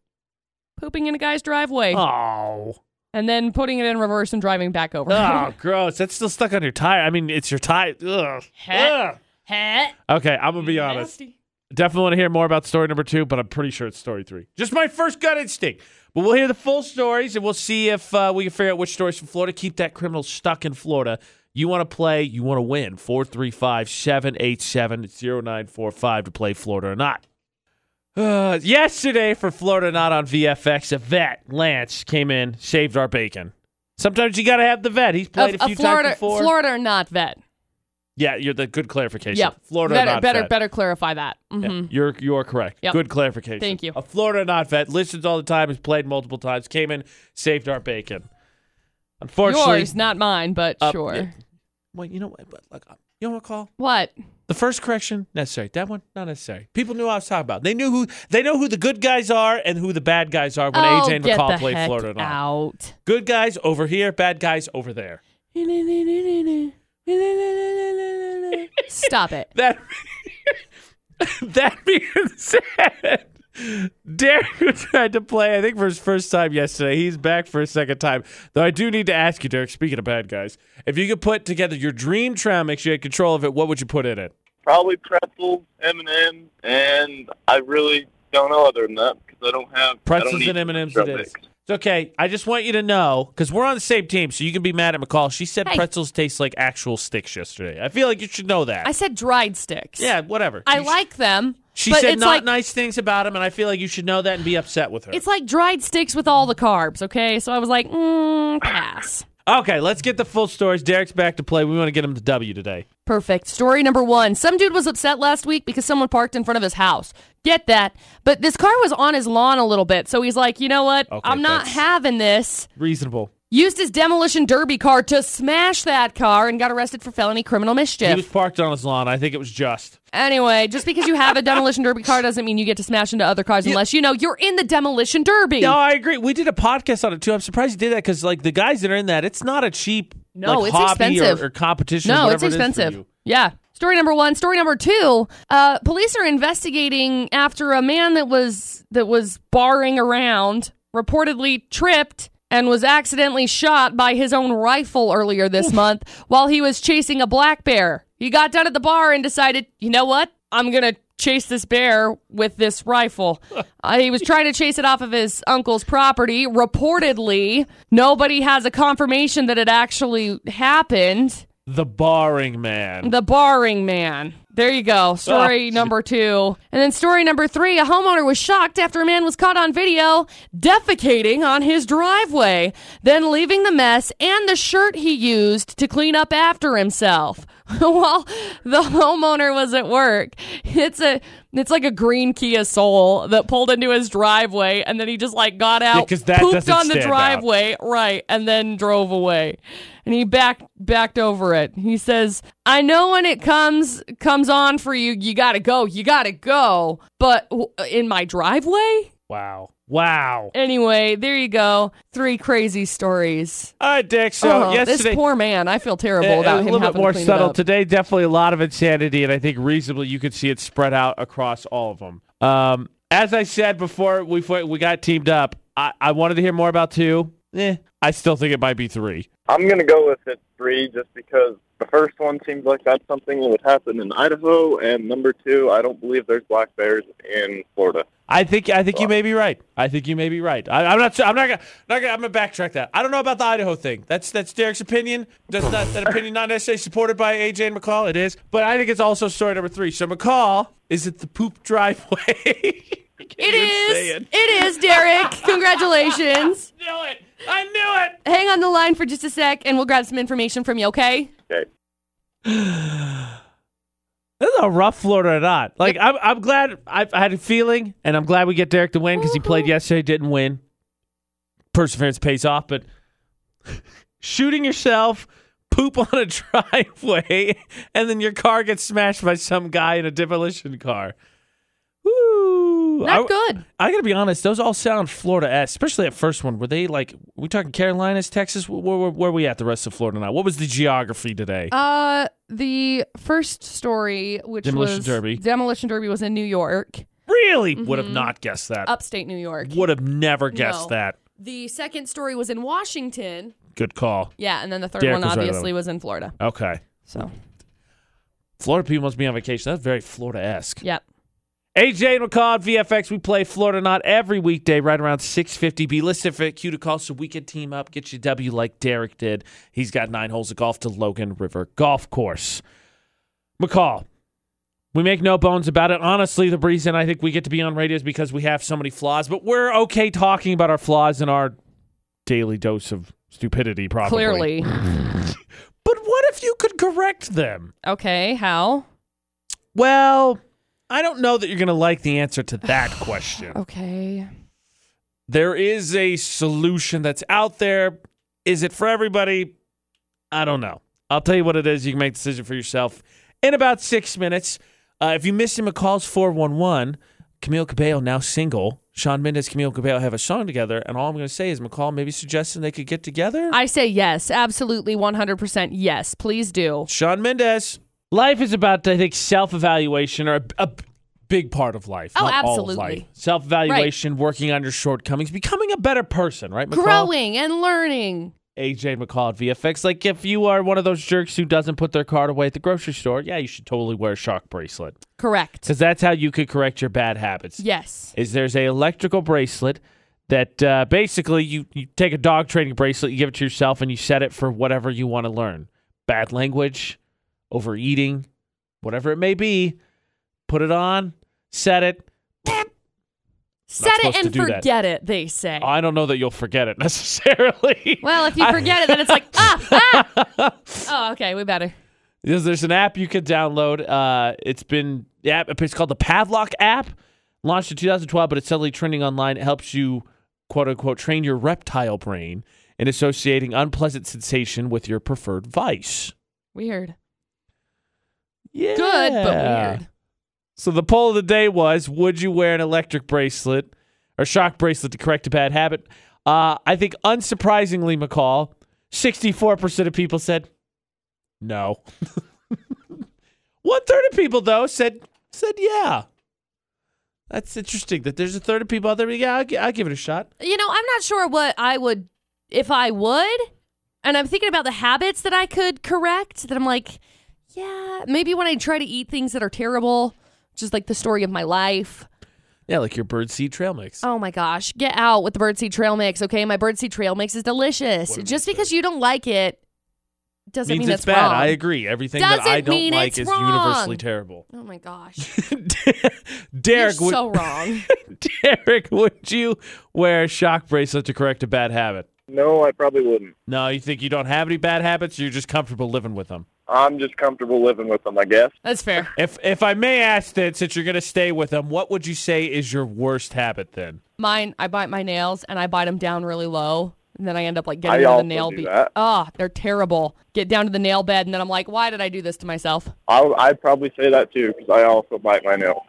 Speaker 2: pooping in a guy's driveway
Speaker 1: Oh.
Speaker 2: and then putting it in reverse and driving back over. *laughs*
Speaker 1: Oh, gross. That's still stuck on your tire. I mean, it's your tire. Ugh.
Speaker 2: Heh.
Speaker 1: Ugh.
Speaker 2: Heh.
Speaker 1: Okay, I'm gonna be honest.
Speaker 2: Nasty.
Speaker 1: Definitely want to hear more about story number two, but I'm pretty sure it's story three. Just my first gut instinct. But we'll hear the full stories and we'll see if uh, we can figure out which stories from Florida keep that criminal stuck in Florida. You want to play, you want to win. 435 787 0945 to play Florida or not. *sighs* Uh, yesterday for Florida not on VFX, a vet, Lance, came in, saved our bacon. Sometimes you got to have the vet. He's
Speaker 2: A,
Speaker 1: played a,
Speaker 2: a
Speaker 1: few
Speaker 2: Florida,
Speaker 1: times before.
Speaker 2: Florida or not vet.
Speaker 1: Yeah, you're the good clarification.
Speaker 2: Yep.
Speaker 1: Florida or
Speaker 2: better,
Speaker 1: not
Speaker 2: better,
Speaker 1: vet.
Speaker 2: better clarify that.
Speaker 1: Yeah,
Speaker 2: Mhm.
Speaker 1: You're you're correct.
Speaker 2: Yep.
Speaker 1: Good clarification.
Speaker 2: Thank you.
Speaker 1: A Florida not vet listens all the time. Has played multiple times. Came in, saved our bacon. Unfortunately,
Speaker 2: Yours, not mine, but
Speaker 1: Uh,
Speaker 2: sure.
Speaker 1: yeah. well, you know what? But look, uh, you know what? Call
Speaker 2: What?
Speaker 1: the first correction necessary. That one not necessary. People knew what I was talking about. They knew who they know who the good guys are and who the bad guys are when
Speaker 2: oh,
Speaker 1: AJ and
Speaker 2: get
Speaker 1: McCall
Speaker 2: the
Speaker 1: played
Speaker 2: heck
Speaker 1: Florida not.
Speaker 2: out.
Speaker 1: Good guys over here, bad guys over
Speaker 2: *laughs*
Speaker 1: there.
Speaker 2: Stop it.
Speaker 1: That *laughs* that being said, Derek who tried to play, I think for his first time yesterday. He's back for a second time. Though I do need to ask you, Derek, speaking of bad guys, if you could put together your dream trail mix, you had control of it, what would you put in it?
Speaker 4: Probably pretzels, M and M, and I really don't know other than that because I don't have I don't
Speaker 1: Pretzels
Speaker 4: eat
Speaker 1: and M&Ms
Speaker 4: trail
Speaker 1: it is.
Speaker 4: mix.
Speaker 1: It's okay. I just want you to know, because we're on the same team, so you can be mad at McCall. She said
Speaker 2: Hey.
Speaker 1: pretzels taste like actual sticks yesterday. I feel like you should know that.
Speaker 2: I said dried sticks.
Speaker 1: yeah, whatever.
Speaker 2: I
Speaker 1: You sh-
Speaker 2: like them.
Speaker 1: She
Speaker 2: but
Speaker 1: said
Speaker 2: it's
Speaker 1: not
Speaker 2: like,
Speaker 1: nice things about him, and I feel like you should know that and be upset with her.
Speaker 2: It's like dried sticks with all the carbs, okay? So I was like, mm, pass.
Speaker 1: Okay, let's get the full stories. Derek's back to play. We want to get him to W today.
Speaker 2: Perfect. Story number one. Some dude was upset last week because someone parked in front of his house. Get that. But this car was on his lawn a little bit. So he's like, you know what?
Speaker 1: Okay,
Speaker 2: I'm not
Speaker 1: that's-
Speaker 2: having this.
Speaker 1: Reasonable.
Speaker 2: Used his demolition derby car to smash that car and got arrested for felony criminal
Speaker 1: He
Speaker 2: mischief.
Speaker 1: was parked on his lawn. I think it was just.
Speaker 2: anyway, just because you have a demolition derby car doesn't mean you get to smash into
Speaker 1: *laughs*
Speaker 2: other cars unless you know you're in the demolition derby.
Speaker 1: No, I agree. We did a podcast on it too. I'm surprised you did that because like the guys that are in that, it's not a cheap
Speaker 2: No,
Speaker 1: like,
Speaker 2: it's
Speaker 1: hobby or-
Speaker 2: expensive.
Speaker 1: Or, competition.
Speaker 2: No,
Speaker 1: whatever
Speaker 2: it's
Speaker 1: it is for
Speaker 2: expensive.
Speaker 1: you.
Speaker 2: yeah. Story number one. Story number two. Uh, police are investigating after a man that was that was barring around, reportedly tripped and was accidentally shot by his own rifle earlier this month while he was chasing a black bear. He got done at the bar and decided, you know what? I'm gonna chase this bear with
Speaker 1: *laughs*
Speaker 2: this rifle. Uh, he was trying to chase it off of his uncle's property. Reportedly, nobody has a confirmation that it actually happened.
Speaker 1: The barring man.
Speaker 2: The barring man. There you go. Story number two. And then story number three a homeowner was shocked after a man was caught on video defecating on his driveway, then leaving the mess and the shirt he used to clean up after himself. *laughs* While the homeowner was at work, it's a it's like a green Kia Soul that pulled into his driveway, and then he just like got out,
Speaker 1: 'cause that
Speaker 2: pooped
Speaker 1: doesn't
Speaker 2: on the
Speaker 1: stand out.
Speaker 2: driveway driveway, right, and then drove away. And he backed backed over it. He says, "I know when it comes comes on for you, you got to go. You got to go." But w- in my driveway?
Speaker 1: wow. Wow.
Speaker 2: Anyway, there you go. Three crazy stories.
Speaker 1: All right, Dick. So
Speaker 2: Oh,
Speaker 1: yesterday, Eh,
Speaker 2: this poor man. I feel terrible
Speaker 1: a-
Speaker 2: about
Speaker 1: a
Speaker 2: him
Speaker 1: little
Speaker 2: having
Speaker 1: bit more
Speaker 2: to clean
Speaker 1: subtle
Speaker 2: it up.
Speaker 1: today. Definitely a lot of insanity, and I think reasonably you could see it spread out across all of them. Um, as I said before, we fo- we got teamed up. I, I wanted to hear more about two. Eh, I still think it might be three.
Speaker 4: I'm gonna go with it three, just because the first one seems like that's something that would happen in Idaho, and number two, I don't believe there's black bears in Florida.
Speaker 1: I think I think you may be right. I think you may be right. I, I'm not. su- I'm not gonna. Not gonna. I'm gonna backtrack that. I don't know about the Idaho thing. That's that's Derek's opinion. That's not that opinion not necessarily supported by AJ and McCall. It is, but I think it's also story number three. So McCall is at the poop driveway. *laughs* I can't
Speaker 2: It
Speaker 1: even say
Speaker 2: is.
Speaker 1: it.
Speaker 2: It
Speaker 1: *laughs*
Speaker 2: is, Derek. Congratulations.
Speaker 1: knew it. I knew it.
Speaker 2: Hang on the line for just a sec and we'll grab some information from you, okay?
Speaker 4: Okay.
Speaker 1: This is a rough Florida or not. Like I'm, I'm glad I, I had a feeling, and I'm glad we get Derek to win because he
Speaker 2: Mm-hmm.
Speaker 1: played yesterday, didn't win. Perseverance pays off, but shooting yourself, poop on a *laughs* driveway, and then your car gets smashed by some guy in a demolition car. Woo!
Speaker 2: Not
Speaker 1: I-
Speaker 2: good.
Speaker 1: I gotta be honest; those all sound Florida, esque especially that first one. Were they like? We talking Carolinas, Texas? Where, where, where we at? The rest of Florida now? What was the geography today?
Speaker 2: Uh, the first story, which
Speaker 1: Demolition
Speaker 2: was
Speaker 1: Derby.
Speaker 2: Demolition Derby was in New York,
Speaker 1: really would have not guessed that.
Speaker 2: upstate New York.
Speaker 1: Would have never guessed
Speaker 2: No.
Speaker 1: that.
Speaker 2: The second story was in Washington.
Speaker 1: Good call.
Speaker 2: Yeah, and then the third
Speaker 1: Derek
Speaker 2: one
Speaker 1: was right about
Speaker 2: obviously
Speaker 1: it.
Speaker 2: was in Florida.
Speaker 1: Okay.
Speaker 2: So,
Speaker 1: Florida people must be on vacation. That's very Florida esque.
Speaker 2: yep.
Speaker 1: AJ and McCall at VFX. We play Florida Not every weekday right around 650. Be listed for Q to call so we can team up, get you W like Derek did. He's got nine holes of golf to Logan River Golf Course. McCall, we make no bones about it. Honestly, the reason I think we get to be on radio is because we have so many flaws, but we're okay talking about our flaws and our daily dose of stupidity, probably.
Speaker 2: Clearly.
Speaker 1: But what if you could correct them?
Speaker 2: Okay, how?
Speaker 1: Well, I don't know that you're going to like the answer to that question.
Speaker 2: Okay.
Speaker 1: There is a solution that's out there. Is it for everybody? I don't know. I'll tell you what it is. You can make the decision for yourself in about six minutes. Uh, if you missed him, McCall's 411. Camille Cabello now single. Sean Mendes, Camille Cabello have a song together. And all I'm going to say is McCall maybe suggesting they could get together.
Speaker 2: I say yes, absolutely 100% yes. Please do.
Speaker 1: Sean Mendes. Life is about, I think, self evaluation or a, a b- big part of life.
Speaker 2: Oh,
Speaker 1: not all of
Speaker 2: absolutely.
Speaker 1: life. Self evaluation, working on your shortcomings, becoming a better person, right? McCall?
Speaker 2: Growing and learning.
Speaker 1: AJ McCall at VFX. Like, if you are one of those jerks who doesn't put their card away at the grocery store, yeah, you should totally wear a shark bracelet
Speaker 2: Correct.
Speaker 1: because that's how you could correct your bad habits.
Speaker 2: Yes.
Speaker 1: Is there's a electrical bracelet that uh, basically you, you take a dog training bracelet, you give it to yourself, and you set it for whatever you want to learn. Bad language, overeating, whatever it may be. Put it on, set it.
Speaker 2: Set
Speaker 1: supposed
Speaker 2: it
Speaker 1: to
Speaker 2: and
Speaker 1: do that.
Speaker 2: forget it, they say.
Speaker 1: I don't know that you'll forget it *laughs* necessarily.
Speaker 2: well, if you
Speaker 1: I- *laughs*
Speaker 2: forget it, then it's like, ah, ah. oh, okay, we better.
Speaker 1: There's, there's an app you could download. Uh, it's been yeah, it's called the Pavlok app, launched in 2012, but it's suddenly trending online. It helps you quote unquote train your reptile brain in associating unpleasant sensation with your preferred vice.
Speaker 2: Weird.
Speaker 1: Yeah.
Speaker 2: Good, but weird.
Speaker 1: So the poll of the day was: Would you wear an electric bracelet or shock bracelet to correct a bad habit? Uh, I think, unsurprisingly, McCall, sixty-four percent of people said no. *laughs* One third of people though said said yeah. That's interesting that there's a third of people out there. Yeah, I'll, gi- I'll give it a shot.
Speaker 2: You know, I'm not sure what I would, if I would, and I'm thinking about the habits that I could correct that I'm like, yeah, maybe when I try to eat things that are terrible, just like the story of my life.
Speaker 1: Yeah, like your birdseed trail mix.
Speaker 2: Oh my gosh, get out with the birdseed trail mix, okay? My birdseed trail mix is delicious.
Speaker 1: What a
Speaker 2: Just because you don't like it doesn't
Speaker 1: Means
Speaker 2: mean
Speaker 1: it's
Speaker 2: it's
Speaker 1: bad.
Speaker 2: wrong.
Speaker 1: I agree. Everything that
Speaker 2: Doesn't
Speaker 1: I don't
Speaker 2: mean
Speaker 1: like
Speaker 2: it's
Speaker 1: is
Speaker 2: wrong.
Speaker 1: universally terrible. *laughs*
Speaker 2: Oh my gosh, you're
Speaker 1: Derek, would- *laughs*
Speaker 2: so wrong.
Speaker 1: Derek, would you wear a shock bracelet to correct a bad habit?
Speaker 4: No, I probably wouldn't.
Speaker 1: No, you think you don't have any bad habits, you're just comfortable living with them.
Speaker 4: I'm just comfortable living with them, I guess.
Speaker 2: That's fair.
Speaker 1: If if I may ask that, since you're gonna stay with them, what would you say is your worst habit then?
Speaker 2: Mine, I bite my nails and I bite them down really low. And then I end up like getting rid
Speaker 4: I
Speaker 2: of the
Speaker 4: also
Speaker 2: nail
Speaker 4: do
Speaker 2: beat.
Speaker 4: that.
Speaker 2: Ah, they're terrible. Get down to the nail bed, and then I'm like, why did I do this to myself?
Speaker 4: I I'd probably say that too because I also bite my nails.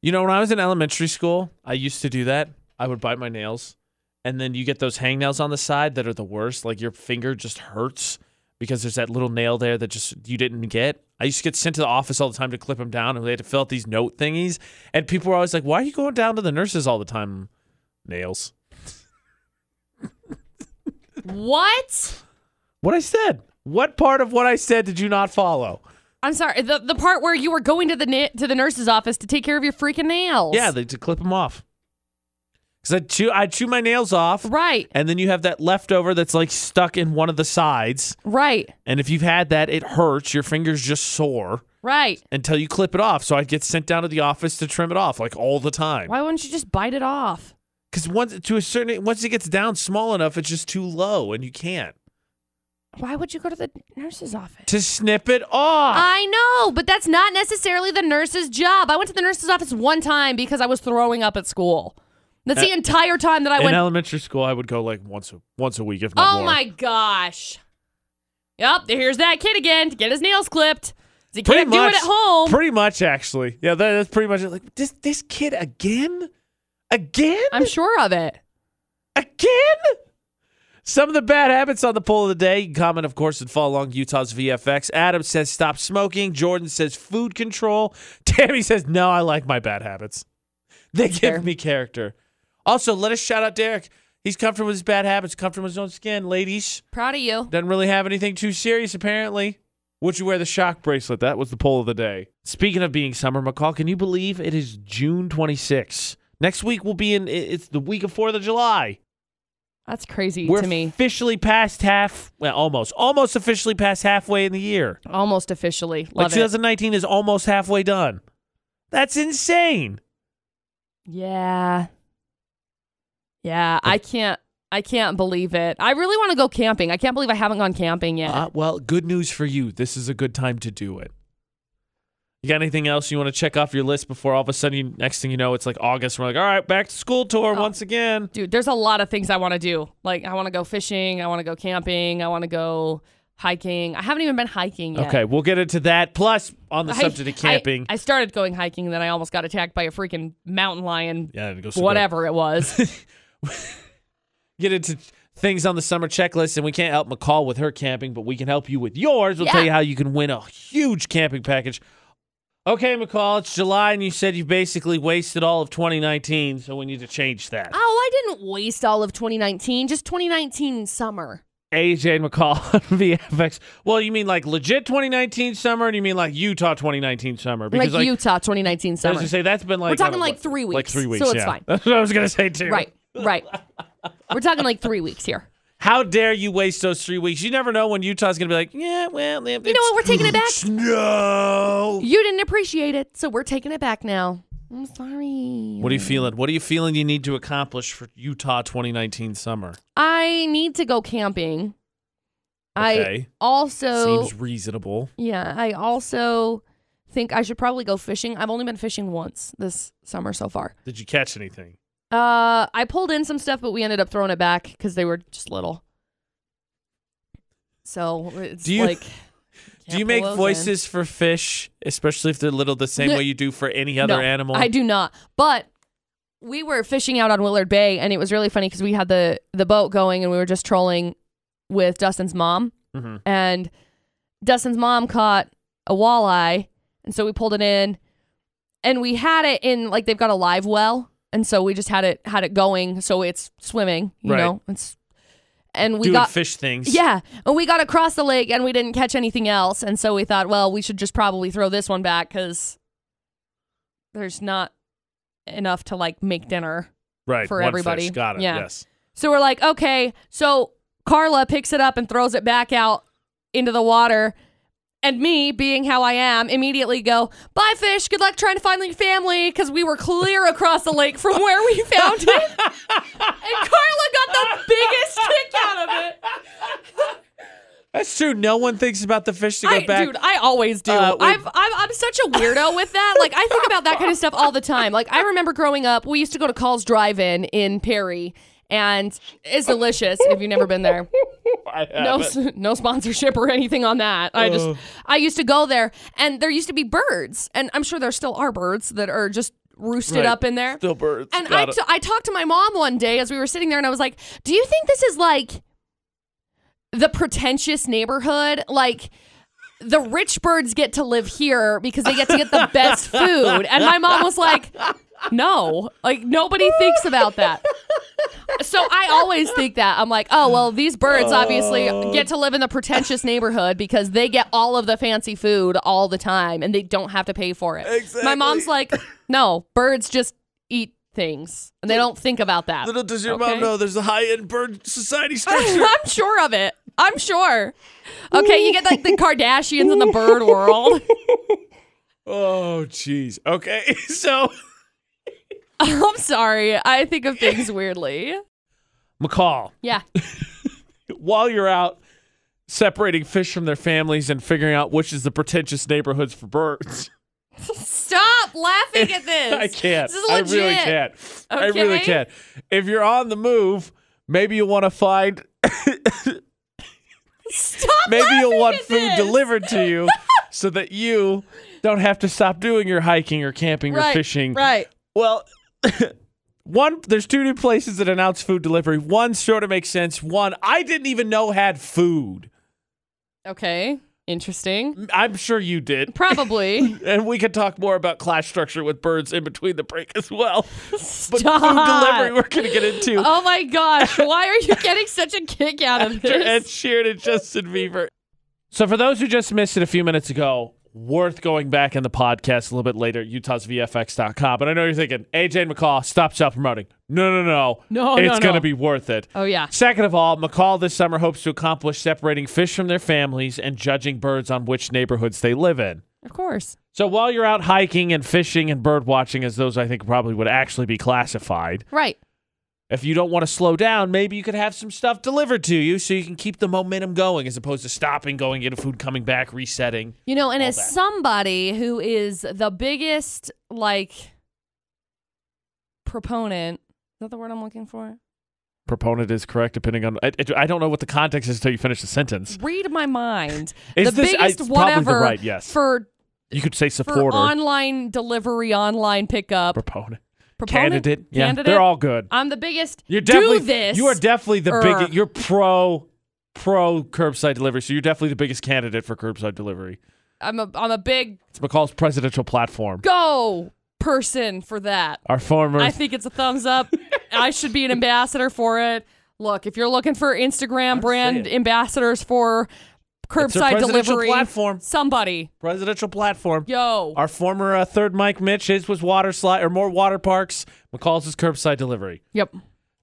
Speaker 1: You know, when I was in elementary school, I used to do that. I would bite my nails, and then you get those hangnails on the side that are the worst. Like your finger just hurts because there's that little nail there that just you didn't get. I used to get sent to the office all the time to clip them down, and they had to fill out these note thingies. And people were always like, "Why are you going down to the nurses all the time?" Nails.
Speaker 2: What?
Speaker 1: What I said. What part of what I said did you not follow?
Speaker 2: I'm sorry. The the part where you were going to the na- to the nurse's office to take care of your freaking nails.
Speaker 1: Yeah, they to clip them off. Cause I chew, I chew my nails off,
Speaker 2: right.
Speaker 1: and then you have that leftover that's like stuck in one of the sides.
Speaker 2: Right.
Speaker 1: And if you've had that, it hurts. Your fingers just sore
Speaker 2: Right.
Speaker 1: until you clip it off. So I'd get sent down to the office to trim it off, like all the time.
Speaker 2: Why wouldn't you just bite it off?
Speaker 1: Because once to a certain once it gets down small enough, it's just too low, and you can't
Speaker 2: Why would you go to the nurse's office?
Speaker 1: to snip it off.
Speaker 2: I know, but that's not necessarily the nurse's job. I went to the nurse's office one time because I was throwing up at school. That's the entire time that I
Speaker 1: in
Speaker 2: went.
Speaker 1: elementary school, I would go like once a, once a week, if not
Speaker 2: Uh, Oh
Speaker 1: more.
Speaker 2: my gosh. Yep, here's that kid again to get his nails clipped. 'Cause He
Speaker 1: Pretty
Speaker 2: can't do it
Speaker 1: much.
Speaker 2: at home.
Speaker 1: Pretty much, actually. Yeah, that, that's pretty much it. Like this this kid again, again,
Speaker 2: I'm sure of it.
Speaker 1: again. Some of the bad habits on the poll of the day. You can comment, of course, and follow along Utah's VFX. Adam says stop smoking. Jordan says food control. *laughs* Tammy says no, I like my bad habits. They give
Speaker 2: fair.
Speaker 1: me character. Also, let us shout out Derek. He's comfortable with his bad habits, comfortable with his own skin. Ladies,
Speaker 2: Proud of you.
Speaker 1: doesn't really have anything too serious, apparently. Would you wear the shock bracelet? That was the poll of the day. Speaking of being summer, McCall, can you believe it is June 26th? Next week will be in, it- it's the week of 4th of July.
Speaker 2: That's crazy
Speaker 1: We're
Speaker 2: to me.
Speaker 1: officially past half, well, almost, almost officially past halfway in the year.
Speaker 2: Almost officially.
Speaker 1: like
Speaker 2: Love it.
Speaker 1: 2019 is almost halfway done. That's insane.
Speaker 2: Yeah. Yeah, I can't I can't believe it. I really want to go camping. I can't believe I haven't gone camping yet.
Speaker 1: Uh, well, good news for you. This is a good time to do it. You got anything else you want to check off your list before all of a sudden, you, next thing you know, it's like August. We're like, all right, back to school tour
Speaker 2: Oh.
Speaker 1: once again.
Speaker 2: Dude, there's a lot of things I want to do. Like I want to go fishing, I want to go camping, I want to go hiking. I haven't even been hiking yet.
Speaker 1: Okay, we'll get into that. Plus, on the
Speaker 2: I-
Speaker 1: subject of camping,
Speaker 2: I, I started going hiking, and then I almost got attacked by a freaking mountain lion,
Speaker 1: yeah, go somewhere.
Speaker 2: whatever it
Speaker 1: *laughs*
Speaker 2: was.
Speaker 1: Get into things on the summer checklist, and we can't help McCall with her camping, but we can help you with yours. We'll tell
Speaker 2: Yeah.
Speaker 1: you how you can win a huge camping package. Okay, McCall, it's July, and you said you basically wasted all of 2019, so we need to change that.
Speaker 2: oh, I didn't waste all of 2019, just 2019 summer.
Speaker 1: AJ and McCall *laughs* on VFX. Well, you mean like legit 2019 summer, and you mean like Utah 2019 summer?
Speaker 2: Like, Utah
Speaker 1: I
Speaker 2: 2019
Speaker 1: was
Speaker 2: summer.
Speaker 1: gonna say that's been like
Speaker 2: We're talking
Speaker 1: uh,
Speaker 2: like
Speaker 1: what-
Speaker 2: three
Speaker 1: like
Speaker 2: weeks,
Speaker 1: three
Speaker 2: so
Speaker 1: weeks.
Speaker 2: it's
Speaker 1: yeah.
Speaker 2: fine.
Speaker 1: *laughs* That's what I was gonna say too.
Speaker 2: right, right. We're talking like three weeks here.
Speaker 1: How dare you waste those three weeks? You never know when Utah's gonna be like, yeah, well, you
Speaker 2: know what? We're taking it back.
Speaker 1: *laughs* No.
Speaker 2: You didn't appreciate it, so we're taking it back now. I'm sorry.
Speaker 1: What are you feeling? What are you feeling you need to accomplish for Utah 2019 summer?
Speaker 2: I need to go camping. I
Speaker 1: Okay.
Speaker 2: also
Speaker 1: Seems reasonable.
Speaker 2: yeah, I also think I should probably go fishing. I've only been fishing once this summer so far.
Speaker 1: Did you catch anything?
Speaker 2: Uh, I pulled in some stuff, but we ended up throwing it back because they were just little. So
Speaker 1: *laughs*
Speaker 2: it's
Speaker 1: Do you-
Speaker 2: like.
Speaker 1: do
Speaker 2: can't
Speaker 1: you
Speaker 2: pull
Speaker 1: make
Speaker 2: those in.
Speaker 1: voices for fish, especially if they're little, the same
Speaker 2: No.
Speaker 1: way you do for any other
Speaker 2: No,
Speaker 1: animal?
Speaker 2: I do not. But we were fishing out on Willard Bay, and it was really funny because we had the the boat going, and we were just trolling with Dustin's mom,
Speaker 1: Mhm.
Speaker 2: and Dustin's mom caught a walleye, and so we pulled it in, and we had it in like they've got a live well, and so we just had it had it going, so it's swimming, you
Speaker 1: Right.
Speaker 2: know, it's and we
Speaker 1: Doing
Speaker 2: got
Speaker 1: fish things.
Speaker 2: yeah, and we got across the lake and we didn't catch anything else, and so we thought, well, we should just probably throw this one back because there's not enough to like make dinner.
Speaker 1: Right.
Speaker 2: for
Speaker 1: one
Speaker 2: everybody.
Speaker 1: Fish. Got it.
Speaker 2: Yeah.
Speaker 1: Yes.
Speaker 2: So we're like, okay, so Carla picks it up and throws it back out into the water, and me, being how I am, immediately go, bye, fish. Good luck trying to find your family because we were clear across the lake from where we found it, *laughs* and Carla got the biggest kick out of it.
Speaker 1: That's true. No one thinks about the fish to go
Speaker 2: I,
Speaker 1: back.
Speaker 2: Dude, I always do.
Speaker 1: Uh, we-
Speaker 2: I've, I'm, I'm such a weirdo with that. Like, I think about that kind of stuff all the time. Like, I remember growing up, we used to go to Call's Drive In in Perry, and it's delicious if you've never been there.
Speaker 1: I
Speaker 2: No,
Speaker 1: haven't.
Speaker 2: s- no sponsorship or anything on that. I just,
Speaker 1: Ugh.
Speaker 2: I used to go there, and there used to be birds, and I'm sure there still are birds that are just roosted
Speaker 1: Right.
Speaker 2: up in there.
Speaker 1: Still birds.
Speaker 2: And I,
Speaker 1: Got it.
Speaker 2: t- I talked to my mom one day as we were sitting there, and I was like, "Do you think this is like the pretentious neighborhood? Like the rich birds get to live here because they get to get the best food?" And my mom was like, "No, like nobody thinks about that." So I always think that I'm like, "Oh well, these birds obviously get to live in the pretentious neighborhood because they get all of the fancy food all the time and they don't have to pay for it." My mom's like, "No, birds just." eat things and they don't think about that. *laughs*
Speaker 1: Little does your
Speaker 2: Okay.
Speaker 1: mom know there's a high end bird society
Speaker 2: *laughs*
Speaker 1: structure.
Speaker 2: I'm sure of it. I'm sure. Okay, you get like the Kardashians in the
Speaker 1: *laughs*
Speaker 2: bird world.
Speaker 1: oh, jeez. Okay. *laughs* So,
Speaker 2: I'm sorry. I think of things weirdly.
Speaker 1: McCall,
Speaker 2: Yeah.
Speaker 1: while you're out separating fish from their families and figuring out which is the pretentious neighborhoods for birds, *laughs*
Speaker 2: Stop laughing at this.
Speaker 1: I can't.
Speaker 2: This is
Speaker 1: I
Speaker 2: legit.
Speaker 1: really can't. I really
Speaker 2: Okay.
Speaker 1: can't. If you're on the move, maybe you want to find
Speaker 2: Stop.
Speaker 1: Maybe you'll
Speaker 2: laughing
Speaker 1: want
Speaker 2: at
Speaker 1: food
Speaker 2: this.
Speaker 1: delivered to
Speaker 2: *laughs*
Speaker 1: you so that you don't have to stop doing your hiking or camping or
Speaker 2: Right,
Speaker 1: fishing.
Speaker 2: Right.
Speaker 1: Well, *laughs* one there's two new places that announce food delivery. One sort of makes sense. One I didn't even know had food.
Speaker 2: Okay. Interesting.
Speaker 1: I'm sure you did.
Speaker 2: Probably.
Speaker 1: And we could talk more about class structure with birds in between the break as well. *laughs* But
Speaker 2: Stop.
Speaker 1: food delivery we're going to get into.
Speaker 2: oh my gosh. Why are you getting such a kick out of
Speaker 1: after Ed
Speaker 2: this?
Speaker 1: Sheeran and Justin Bieber. So, for those who just missed it a few minutes ago, worth going back in the podcast a little bit later, utahsvfx.com. But I know you're thinking, AJ and McCall, stop self promoting. No, no, no.
Speaker 2: No, no,
Speaker 1: It's going to
Speaker 2: no.
Speaker 1: be worth it.
Speaker 2: Oh yeah.
Speaker 1: Second of all, McCall this summer hopes to accomplish separating fish from their families and judging birds on which neighborhoods they live in.
Speaker 2: Of course.
Speaker 1: So, while you're out hiking and fishing and bird watching, as those I think probably would actually be classified,
Speaker 2: Right.
Speaker 1: if you don't want to slow down, maybe you could have some stuff delivered to you so you can keep the momentum going as opposed to stopping, going, getting food, coming back, resetting.
Speaker 2: You know, and
Speaker 1: All
Speaker 2: as
Speaker 1: that.
Speaker 2: somebody who is the biggest like proponent, is that the word I'm looking for?
Speaker 1: Proponent is correct, depending on. I, I- I don't know what the context is until you finish the sentence.
Speaker 2: Read my mind.
Speaker 1: *laughs* Is
Speaker 2: the
Speaker 1: this- I-
Speaker 2: biggest
Speaker 1: it's probably the
Speaker 2: whatever
Speaker 1: right, yes.
Speaker 2: for
Speaker 1: You could say
Speaker 2: for
Speaker 1: supporter,
Speaker 2: online delivery, online pickup.
Speaker 1: proponent,
Speaker 2: Proponent?
Speaker 1: candidate. Yeah,
Speaker 2: Candidate?
Speaker 1: they're all good.
Speaker 2: I'm the biggest.
Speaker 1: You're definitely
Speaker 2: do this.
Speaker 1: You are definitely the
Speaker 2: er.
Speaker 1: biggest. You're pro pro curbside delivery, so you're definitely the biggest candidate for curbside delivery.
Speaker 2: I'm a I'm a big
Speaker 1: It's McCall's presidential platform.
Speaker 2: go person for that.
Speaker 1: Our former
Speaker 2: I think it's a thumbs up.
Speaker 1: *laughs*
Speaker 2: I should be an ambassador for it. Look, if you're looking for Instagram brand
Speaker 1: saying.
Speaker 2: ambassadors for
Speaker 1: it's a
Speaker 2: curbside
Speaker 1: presidential
Speaker 2: delivery,
Speaker 1: platform.
Speaker 2: somebody,
Speaker 1: Presidential platform.
Speaker 2: yo,
Speaker 1: Our former uh, third Mike Mitch, his was water slide or more water parks. McCall's is curbside delivery.
Speaker 2: yep,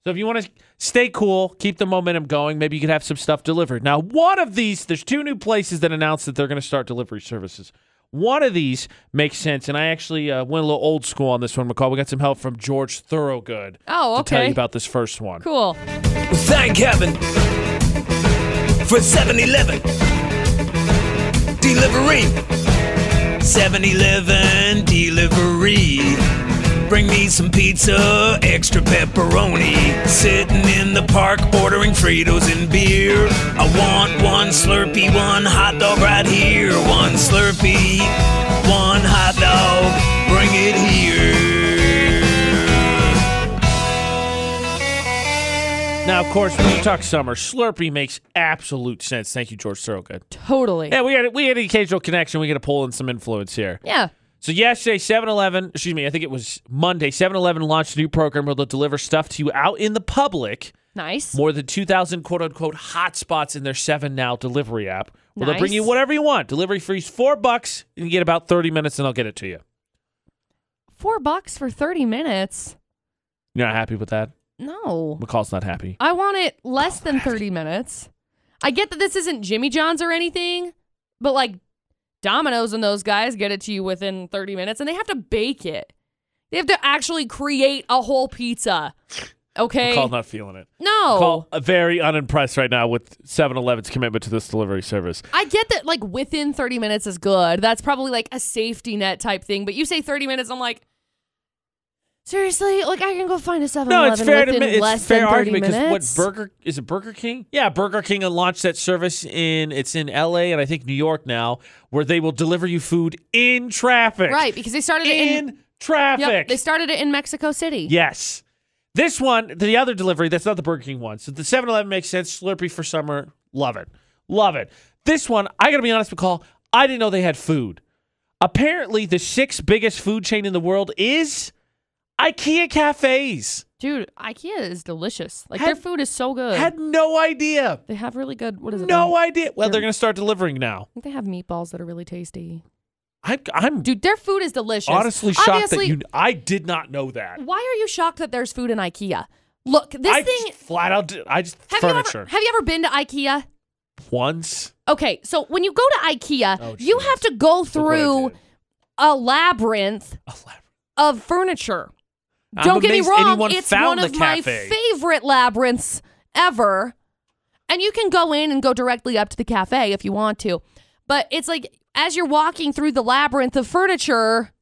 Speaker 1: So if you want to stay cool, keep the momentum going, maybe you could have some stuff delivered. Now, one of these, there's two new places that announced that they're going to start delivery services. One of these makes sense, and I actually uh, went a little old school on this one, McCall. We got some help from George Thorogood
Speaker 2: Oh,
Speaker 1: to tell you
Speaker 2: okay.
Speaker 1: about this first one.
Speaker 2: Cool.
Speaker 5: Thank heaven for 7 Eleven. Delivery. 7 Eleven delivery. Bring me some pizza, extra pepperoni. Sitting in the park ordering Fritos and beer. I want one Slurpee, one hot dog right here. One Slurpee, one hot dog. Bring it here.
Speaker 1: Now, of course, when you talk summer, Slurpee makes absolute sense. Thank you, George Thorogood.
Speaker 2: Totally.
Speaker 1: Yeah, we had we had an occasional connection. We get to pull in some influence here.
Speaker 2: Yeah.
Speaker 1: So yesterday, 7-Eleven, excuse me, I think it was Monday, 7-Eleven launched a new program where they'll deliver stuff to you out in the public.
Speaker 2: Nice.
Speaker 1: More than 2,000 quote-unquote hotspots in their 7 Now delivery app. Where they'll bring
Speaker 2: Nice.
Speaker 1: you whatever you want. Delivery fees four bucks. You can get about 30 minutes and they'll get it to you.
Speaker 2: Four bucks for 30 minutes.
Speaker 1: You're not happy with that?
Speaker 2: No.
Speaker 1: McCall's not happy.
Speaker 2: I want it less than 30 minutes. I get that this isn't Jimmy John's or anything, but like Domino's and those guys get it to you within 30 minutes and they have to bake it. They have to actually create a whole pizza. Okay.
Speaker 1: McCall's not feeling it.
Speaker 2: no.
Speaker 1: McCall, uh, very unimpressed right now with 7-Eleven's commitment to this delivery service.
Speaker 2: I get that like within 30 minutes is good. That's probably like a safety net type thing, but you say 30 minutes, I'm like, seriously? Like I can go find a 7
Speaker 1: No, it's fair to
Speaker 2: within
Speaker 1: admit,
Speaker 2: less
Speaker 1: it's fair
Speaker 2: than 30
Speaker 1: argument because what
Speaker 2: minutes.
Speaker 1: Burger is it Burger King? Yeah, Burger King launched that service in it's in L.A. and I think New York now, where they will deliver you food in traffic.
Speaker 2: Right, because they started it in,
Speaker 1: in traffic.
Speaker 2: Yep, they started it in Mexico City.
Speaker 1: yes, this one, the other delivery that's not the Burger King one. So the 7-Eleven makes sense. Slurpee for summer, love it, love it. This one, I gotta be honest, McCall, I didn't know they had food. Apparently, the sixth biggest food chain in the world is IKEA cafes.
Speaker 2: Dude, IKEA is delicious. Like their
Speaker 1: Had-
Speaker 2: food is so good.
Speaker 1: Had no idea.
Speaker 2: they have really good. What is it?
Speaker 1: No
Speaker 2: um, I
Speaker 1: idea. Well, they're going to start delivering now.
Speaker 2: think they have meatballs that are really tasty.
Speaker 1: I, I'm
Speaker 2: Dude, their food is delicious.
Speaker 1: honestly shocked
Speaker 2: Obviously,
Speaker 1: that you. I did not know that.
Speaker 2: Why are you shocked that there's food in IKEA? Look, this
Speaker 1: I
Speaker 2: thing.
Speaker 1: just flat out. Did, I just
Speaker 2: Have you
Speaker 1: furniture
Speaker 2: ever have you ever been to IKEA?
Speaker 1: once.
Speaker 2: Okay, so when you go to IKEA,
Speaker 1: Oh,
Speaker 2: you
Speaker 1: jeez.
Speaker 2: have to go
Speaker 1: Look what I
Speaker 2: through
Speaker 1: did.
Speaker 2: a labyrinth of furniture.
Speaker 1: I'm
Speaker 2: Don't get me
Speaker 1: amazed
Speaker 2: wrong,
Speaker 1: anyone
Speaker 2: it's one
Speaker 1: found
Speaker 2: of
Speaker 1: the
Speaker 2: my
Speaker 1: cafe.
Speaker 2: favorite labyrinths ever. And you can go in and go directly up to the cafe if you want to. But it's like as you're walking through the labyrinth of furniture,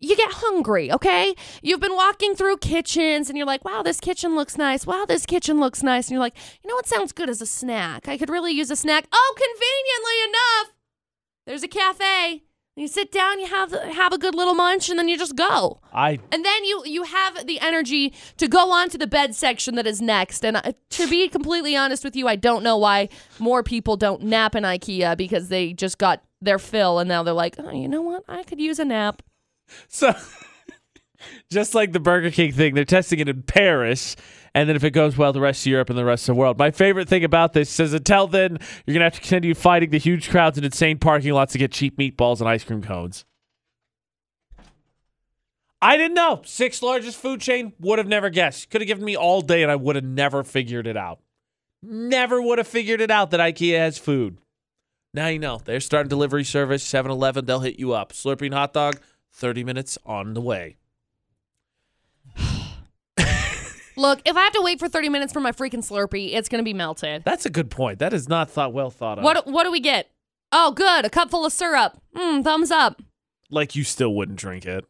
Speaker 2: you get hungry, okay? You've been walking through kitchens and you're like, wow, this kitchen looks nice. Wow, this kitchen looks nice. And you're like, you know what sounds good as a snack? I could really use a snack. Oh, conveniently enough, there's a cafe. You sit down, you have have a good little munch, and then you just go.
Speaker 1: I
Speaker 2: And then you you have the energy to go on to the bed section that is next. And uh, to be completely honest with you, I don't know why more people don't nap in IKEA because they just got their fill and now they're like, oh, you know what? I could use a nap.
Speaker 1: so *laughs* just like the Burger King thing, they're testing it in Paris. And then if it goes well, the rest of Europe and the rest of the world. My favorite thing about this says until then, you're gonna have to continue fighting the huge crowds and insane parking lots to get cheap meatballs and ice cream cones. I didn't know. Sixth largest food chain would have never guessed. Could have given me all day and I would have never figured it out. Never would have figured it out that IKEA has food. Now you know. They're starting delivery service, 7 Eleven, they'll hit you up. Slurpee and hot dog, 30 minutes on the way.
Speaker 2: Look, if I have to wait for 30 minutes for my freaking Slurpee, it's gonna be melted.
Speaker 1: That's a good point. That is not thought well thought of.
Speaker 2: What what do we get? Oh, good, a cup full of syrup. Mm, thumbs up.
Speaker 1: Like you still wouldn't drink it.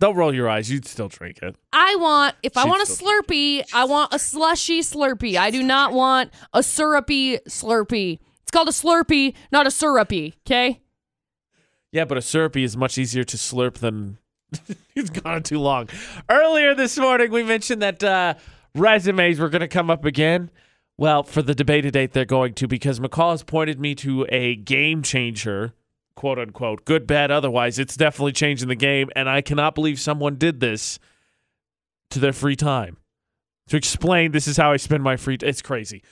Speaker 1: Don't roll your eyes. You'd still drink it.
Speaker 2: I want, if I
Speaker 1: She's
Speaker 2: want a
Speaker 1: still-
Speaker 2: Slurpee, I want a slushy Slurpee. I do not want a syrupy Slurpee. It's called a Slurpee, not a syrupy, okay?
Speaker 1: Yeah, but a syrupy is much easier to slurp than *laughs* it's gone too long. Earlier this morning, we mentioned that uh, resumes were going to come up again. Well, for the debate date, they're going to because McCall has pointed me to a game changer, quote unquote, good, bad, otherwise. It's definitely changing the game, and I cannot believe someone did this to their free time. To explain, this is how I spend my free. T- it's crazy.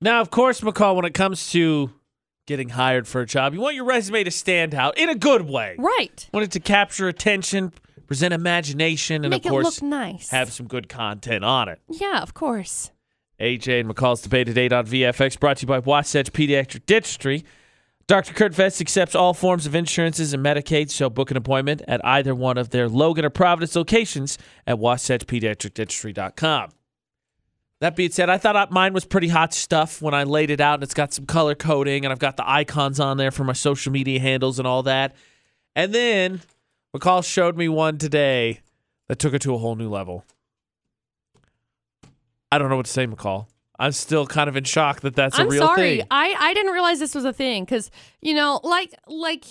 Speaker 1: Now, of course, McCall, when it comes to getting hired for a job, you want your resume to stand out in a good way.
Speaker 2: Right.
Speaker 1: Want it to capture attention, present imagination, and
Speaker 2: Make
Speaker 1: of
Speaker 2: it
Speaker 1: course
Speaker 2: look nice.
Speaker 1: have some good content on it.
Speaker 2: yeah, of course.
Speaker 1: AJ and McCall's debate at 8 on VFX brought to you by Wasatch Pediatric Dentistry. Dr. Kurt Vest accepts all forms of insurances and Medicaid, so book an appointment at either one of their Logan or Providence locations at WasatchPediatricDentistry.com. That being said, I thought I- mine was pretty hot stuff when I laid it out, and it's got some color coding, and I've got the icons on there for my social media handles and all that. And then McCall showed me one today that took it to a whole new level. I don't know what to say, McCall. I'm still kind of in shock that that's
Speaker 2: I'm
Speaker 1: a real
Speaker 2: sorry.
Speaker 1: thing.
Speaker 2: I I didn't realize this was a thing because you know, like like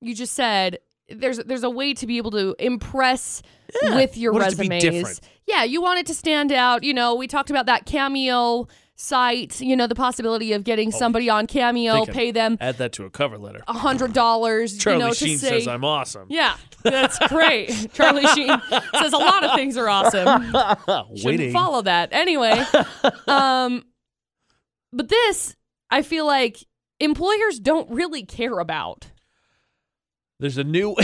Speaker 2: you just said, there's there's a way to be able to impress with your
Speaker 1: want it to be
Speaker 2: resumes.
Speaker 1: different.
Speaker 2: Yeah, you want it to stand out. You know, we talked about that cameo site. You know, the possibility of
Speaker 1: Oh,
Speaker 2: getting somebody on cameo,
Speaker 1: Think of-
Speaker 2: pay them
Speaker 1: Add that to a cover letter.
Speaker 2: a hundred dollars. You
Speaker 1: Charlie
Speaker 2: know, to
Speaker 1: Sheen
Speaker 2: say,
Speaker 1: says I'm awesome.
Speaker 2: *laughs* Yeah, that's great.
Speaker 1: *laughs*
Speaker 2: Charlie Sheen says a lot of things are awesome. Shouldn't
Speaker 1: Waiting.
Speaker 2: follow that
Speaker 1: *laughs*
Speaker 2: anyway. um, but this, I feel like employers don't really care about.
Speaker 1: There's a new *laughs*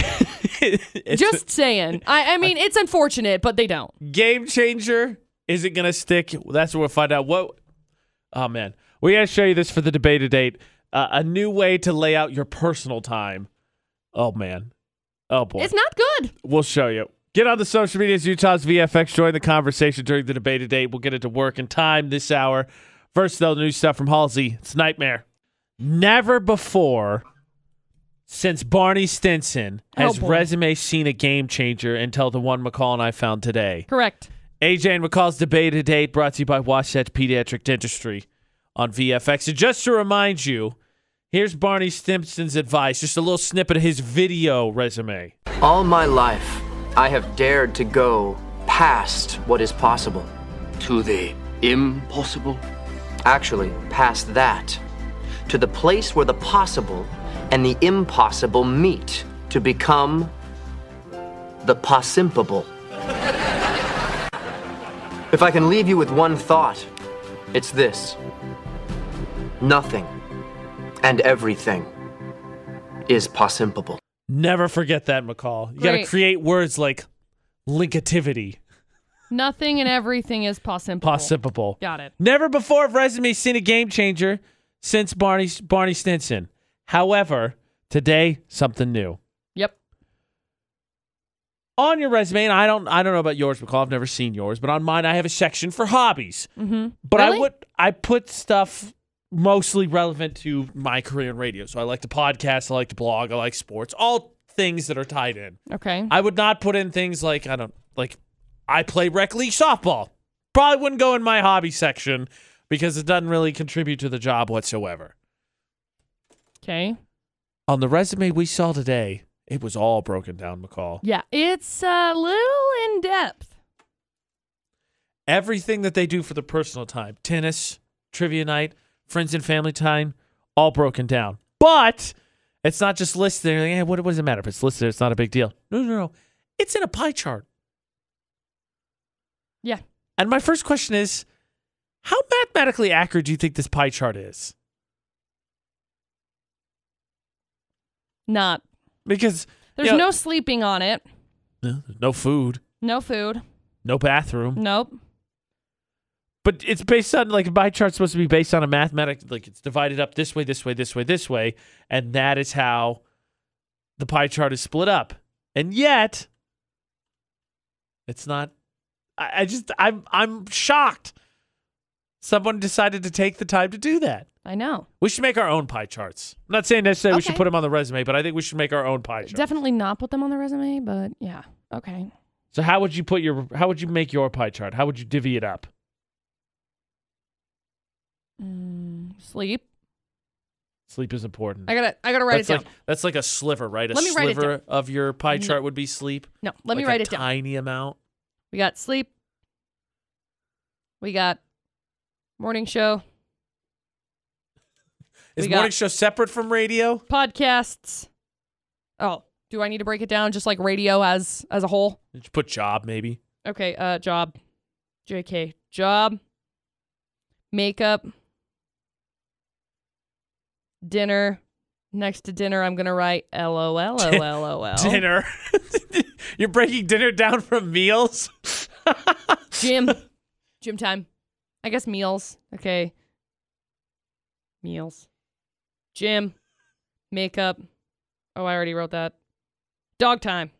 Speaker 1: It's
Speaker 2: Just saying. I, I mean, it's unfortunate, but they don't.
Speaker 1: a game changer. Is it gonna stick? That's what we'll find out. What? Oh man, we gotta show you this for the debate to date. Uh, a new way to lay out your personal time. Oh man. Oh boy.
Speaker 2: It's not good.
Speaker 1: We'll show you. Get on the social medias, Utah's VFX. Join the conversation during the debate today. We'll get it to work in time this hour. First, though, the new stuff from Halsey. It's a nightmare. Never before since Barney Stinson has
Speaker 2: Oh, boy.
Speaker 1: resume seen a game changer until the one McCall and I found today.
Speaker 2: Correct.
Speaker 1: AJ and McCall's debate today brought to you by Wasatch Pediatric Dentistry on VFX. And just to remind you, here's Barney Stinson's advice, just a little snippet of his video resume.
Speaker 6: All my life, I have dared to go past what is possible.
Speaker 7: to the impossible?
Speaker 6: Actually, past that. To the place where the possible and the impossible meet to become the possimpable. if I can leave you with one thought, it's this nothing and everything is possible.
Speaker 1: Never forget that, McCall. You got to
Speaker 2: Great.
Speaker 1: create words like linkativity,
Speaker 2: Nothing and everything is possible.
Speaker 1: possible.
Speaker 2: Got it.
Speaker 1: Never before have resumes seen a game changer since Barney Barney Stinson. However, today something new
Speaker 2: Yep.
Speaker 1: on your resume. And I don't I don't know about yours, McCall. I've never seen yours, but on mine I have a section for hobbies.
Speaker 2: Mm-hmm.
Speaker 1: But I
Speaker 2: Really?
Speaker 1: would I put stuff mostly relevant to my career in radio. So I like to podcast, I like to blog, I like sports, all things that are tied in.
Speaker 2: Okay.
Speaker 1: I would not put in things like I don't like I play rec league softball. Probably wouldn't go in my hobby section because it doesn't really contribute to the job whatsoever.
Speaker 2: okay.
Speaker 1: On the resume we saw today, it was all broken down, McCall.
Speaker 2: Yeah. It's a little in depth.
Speaker 1: Everything that they do for the personal time, tennis, trivia night, friends and family time, all broken down. But it's not just listed there. Like, eh, what, what does it matter if it's listed? It's not a big deal. No, no, no. It's in a pie chart.
Speaker 2: Yeah.
Speaker 1: And my first question is how mathematically accurate do you think this pie chart is?
Speaker 2: Not.
Speaker 1: Because
Speaker 2: There's
Speaker 1: you know-
Speaker 2: no sleeping on it.
Speaker 1: no no food,
Speaker 2: No food.
Speaker 1: no bathroom.
Speaker 2: Nope.
Speaker 1: But it's based on like a pie chart's supposed to be based on a mathematic like it's divided up this way, this way, this way, this way, and that is how the pie chart is split up. And yet it's not I, I just I'm I'm shocked. Someone decided to take the time to do that.
Speaker 2: I know.
Speaker 1: We should make our own pie charts. I'm not saying necessarily we should
Speaker 2: Okay.
Speaker 1: put them on the resume, but I think we should make our own pie charts.
Speaker 2: Definitely not put them on the resume, but yeah. Okay.
Speaker 1: So how would you put your how would you make your pie chart? How would you divvy it up?
Speaker 2: Mm, sleep.
Speaker 1: Sleep is important.
Speaker 2: I gotta. I gotta write
Speaker 1: that's
Speaker 2: it down.
Speaker 1: like that's like a sliver, right? A
Speaker 2: Let me write it
Speaker 1: sliver of your pie chart would be sleep.
Speaker 2: no, let me
Speaker 1: Like
Speaker 2: write
Speaker 1: a
Speaker 2: it down.
Speaker 1: Tiny amount.
Speaker 2: We got sleep. We got morning show,
Speaker 1: Is
Speaker 2: We got-
Speaker 1: morning show separate from radio?
Speaker 2: podcasts. Oh, do I need to break it down just like radio as as a whole?
Speaker 1: Did you put job maybe?
Speaker 2: Okay. Uh, job. Jk. Job. Makeup. Dinner. Next to dinner, I'm gonna write LOL.
Speaker 1: *laughs*
Speaker 2: LOL.
Speaker 1: Dinner. You're breaking dinner down from meals. *laughs*
Speaker 2: Gym. Gym time. I guess meals. Okay. Meals. Gym. makeup. Oh, I already wrote that. Dog time.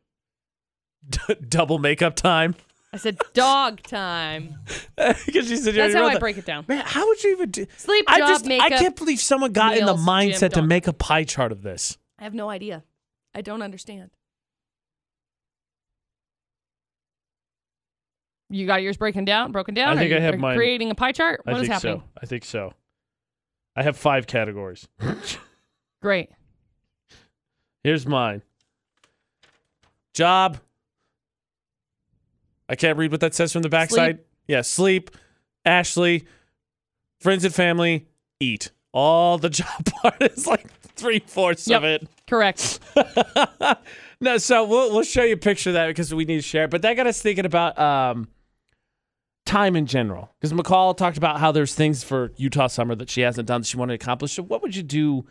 Speaker 1: Double makeup time. *laughs*
Speaker 2: I said *laughs* dog time.
Speaker 1: Because you said you already
Speaker 2: That's how
Speaker 1: wrote
Speaker 2: I
Speaker 1: that.
Speaker 2: break it down.
Speaker 1: *laughs* Man, how would you even do?
Speaker 2: Sleep,
Speaker 1: I
Speaker 2: job,
Speaker 1: just
Speaker 2: makeup.
Speaker 1: I can't believe someone got in the
Speaker 2: meals, gym,
Speaker 1: mindset to
Speaker 2: dog.
Speaker 1: make a pie chart of this.
Speaker 2: I have no idea. I don't understand. You got yours breaking down, broken
Speaker 1: I
Speaker 2: down.
Speaker 1: think
Speaker 2: Are
Speaker 1: I
Speaker 2: you-
Speaker 1: have
Speaker 2: are you
Speaker 1: mine.
Speaker 2: Creating a pie chart. What
Speaker 1: I
Speaker 2: is
Speaker 1: think
Speaker 2: happening?
Speaker 1: so. I think so. I have five categories.
Speaker 2: Great.
Speaker 1: Here's mine. Job. I can't read what that says from the backside. Yeah, sleep, Ashley, friends and family, eat. All the *laughs* job part is like three fourths of
Speaker 2: Yep.
Speaker 1: it.
Speaker 2: Correct.
Speaker 1: no, so we'll we'll show you a picture of that because we need to share. it. But that got us thinking about um, time in general. Because McCall talked about how there's things for Utah summer that she hasn't done that she wanted to accomplish. So what would you do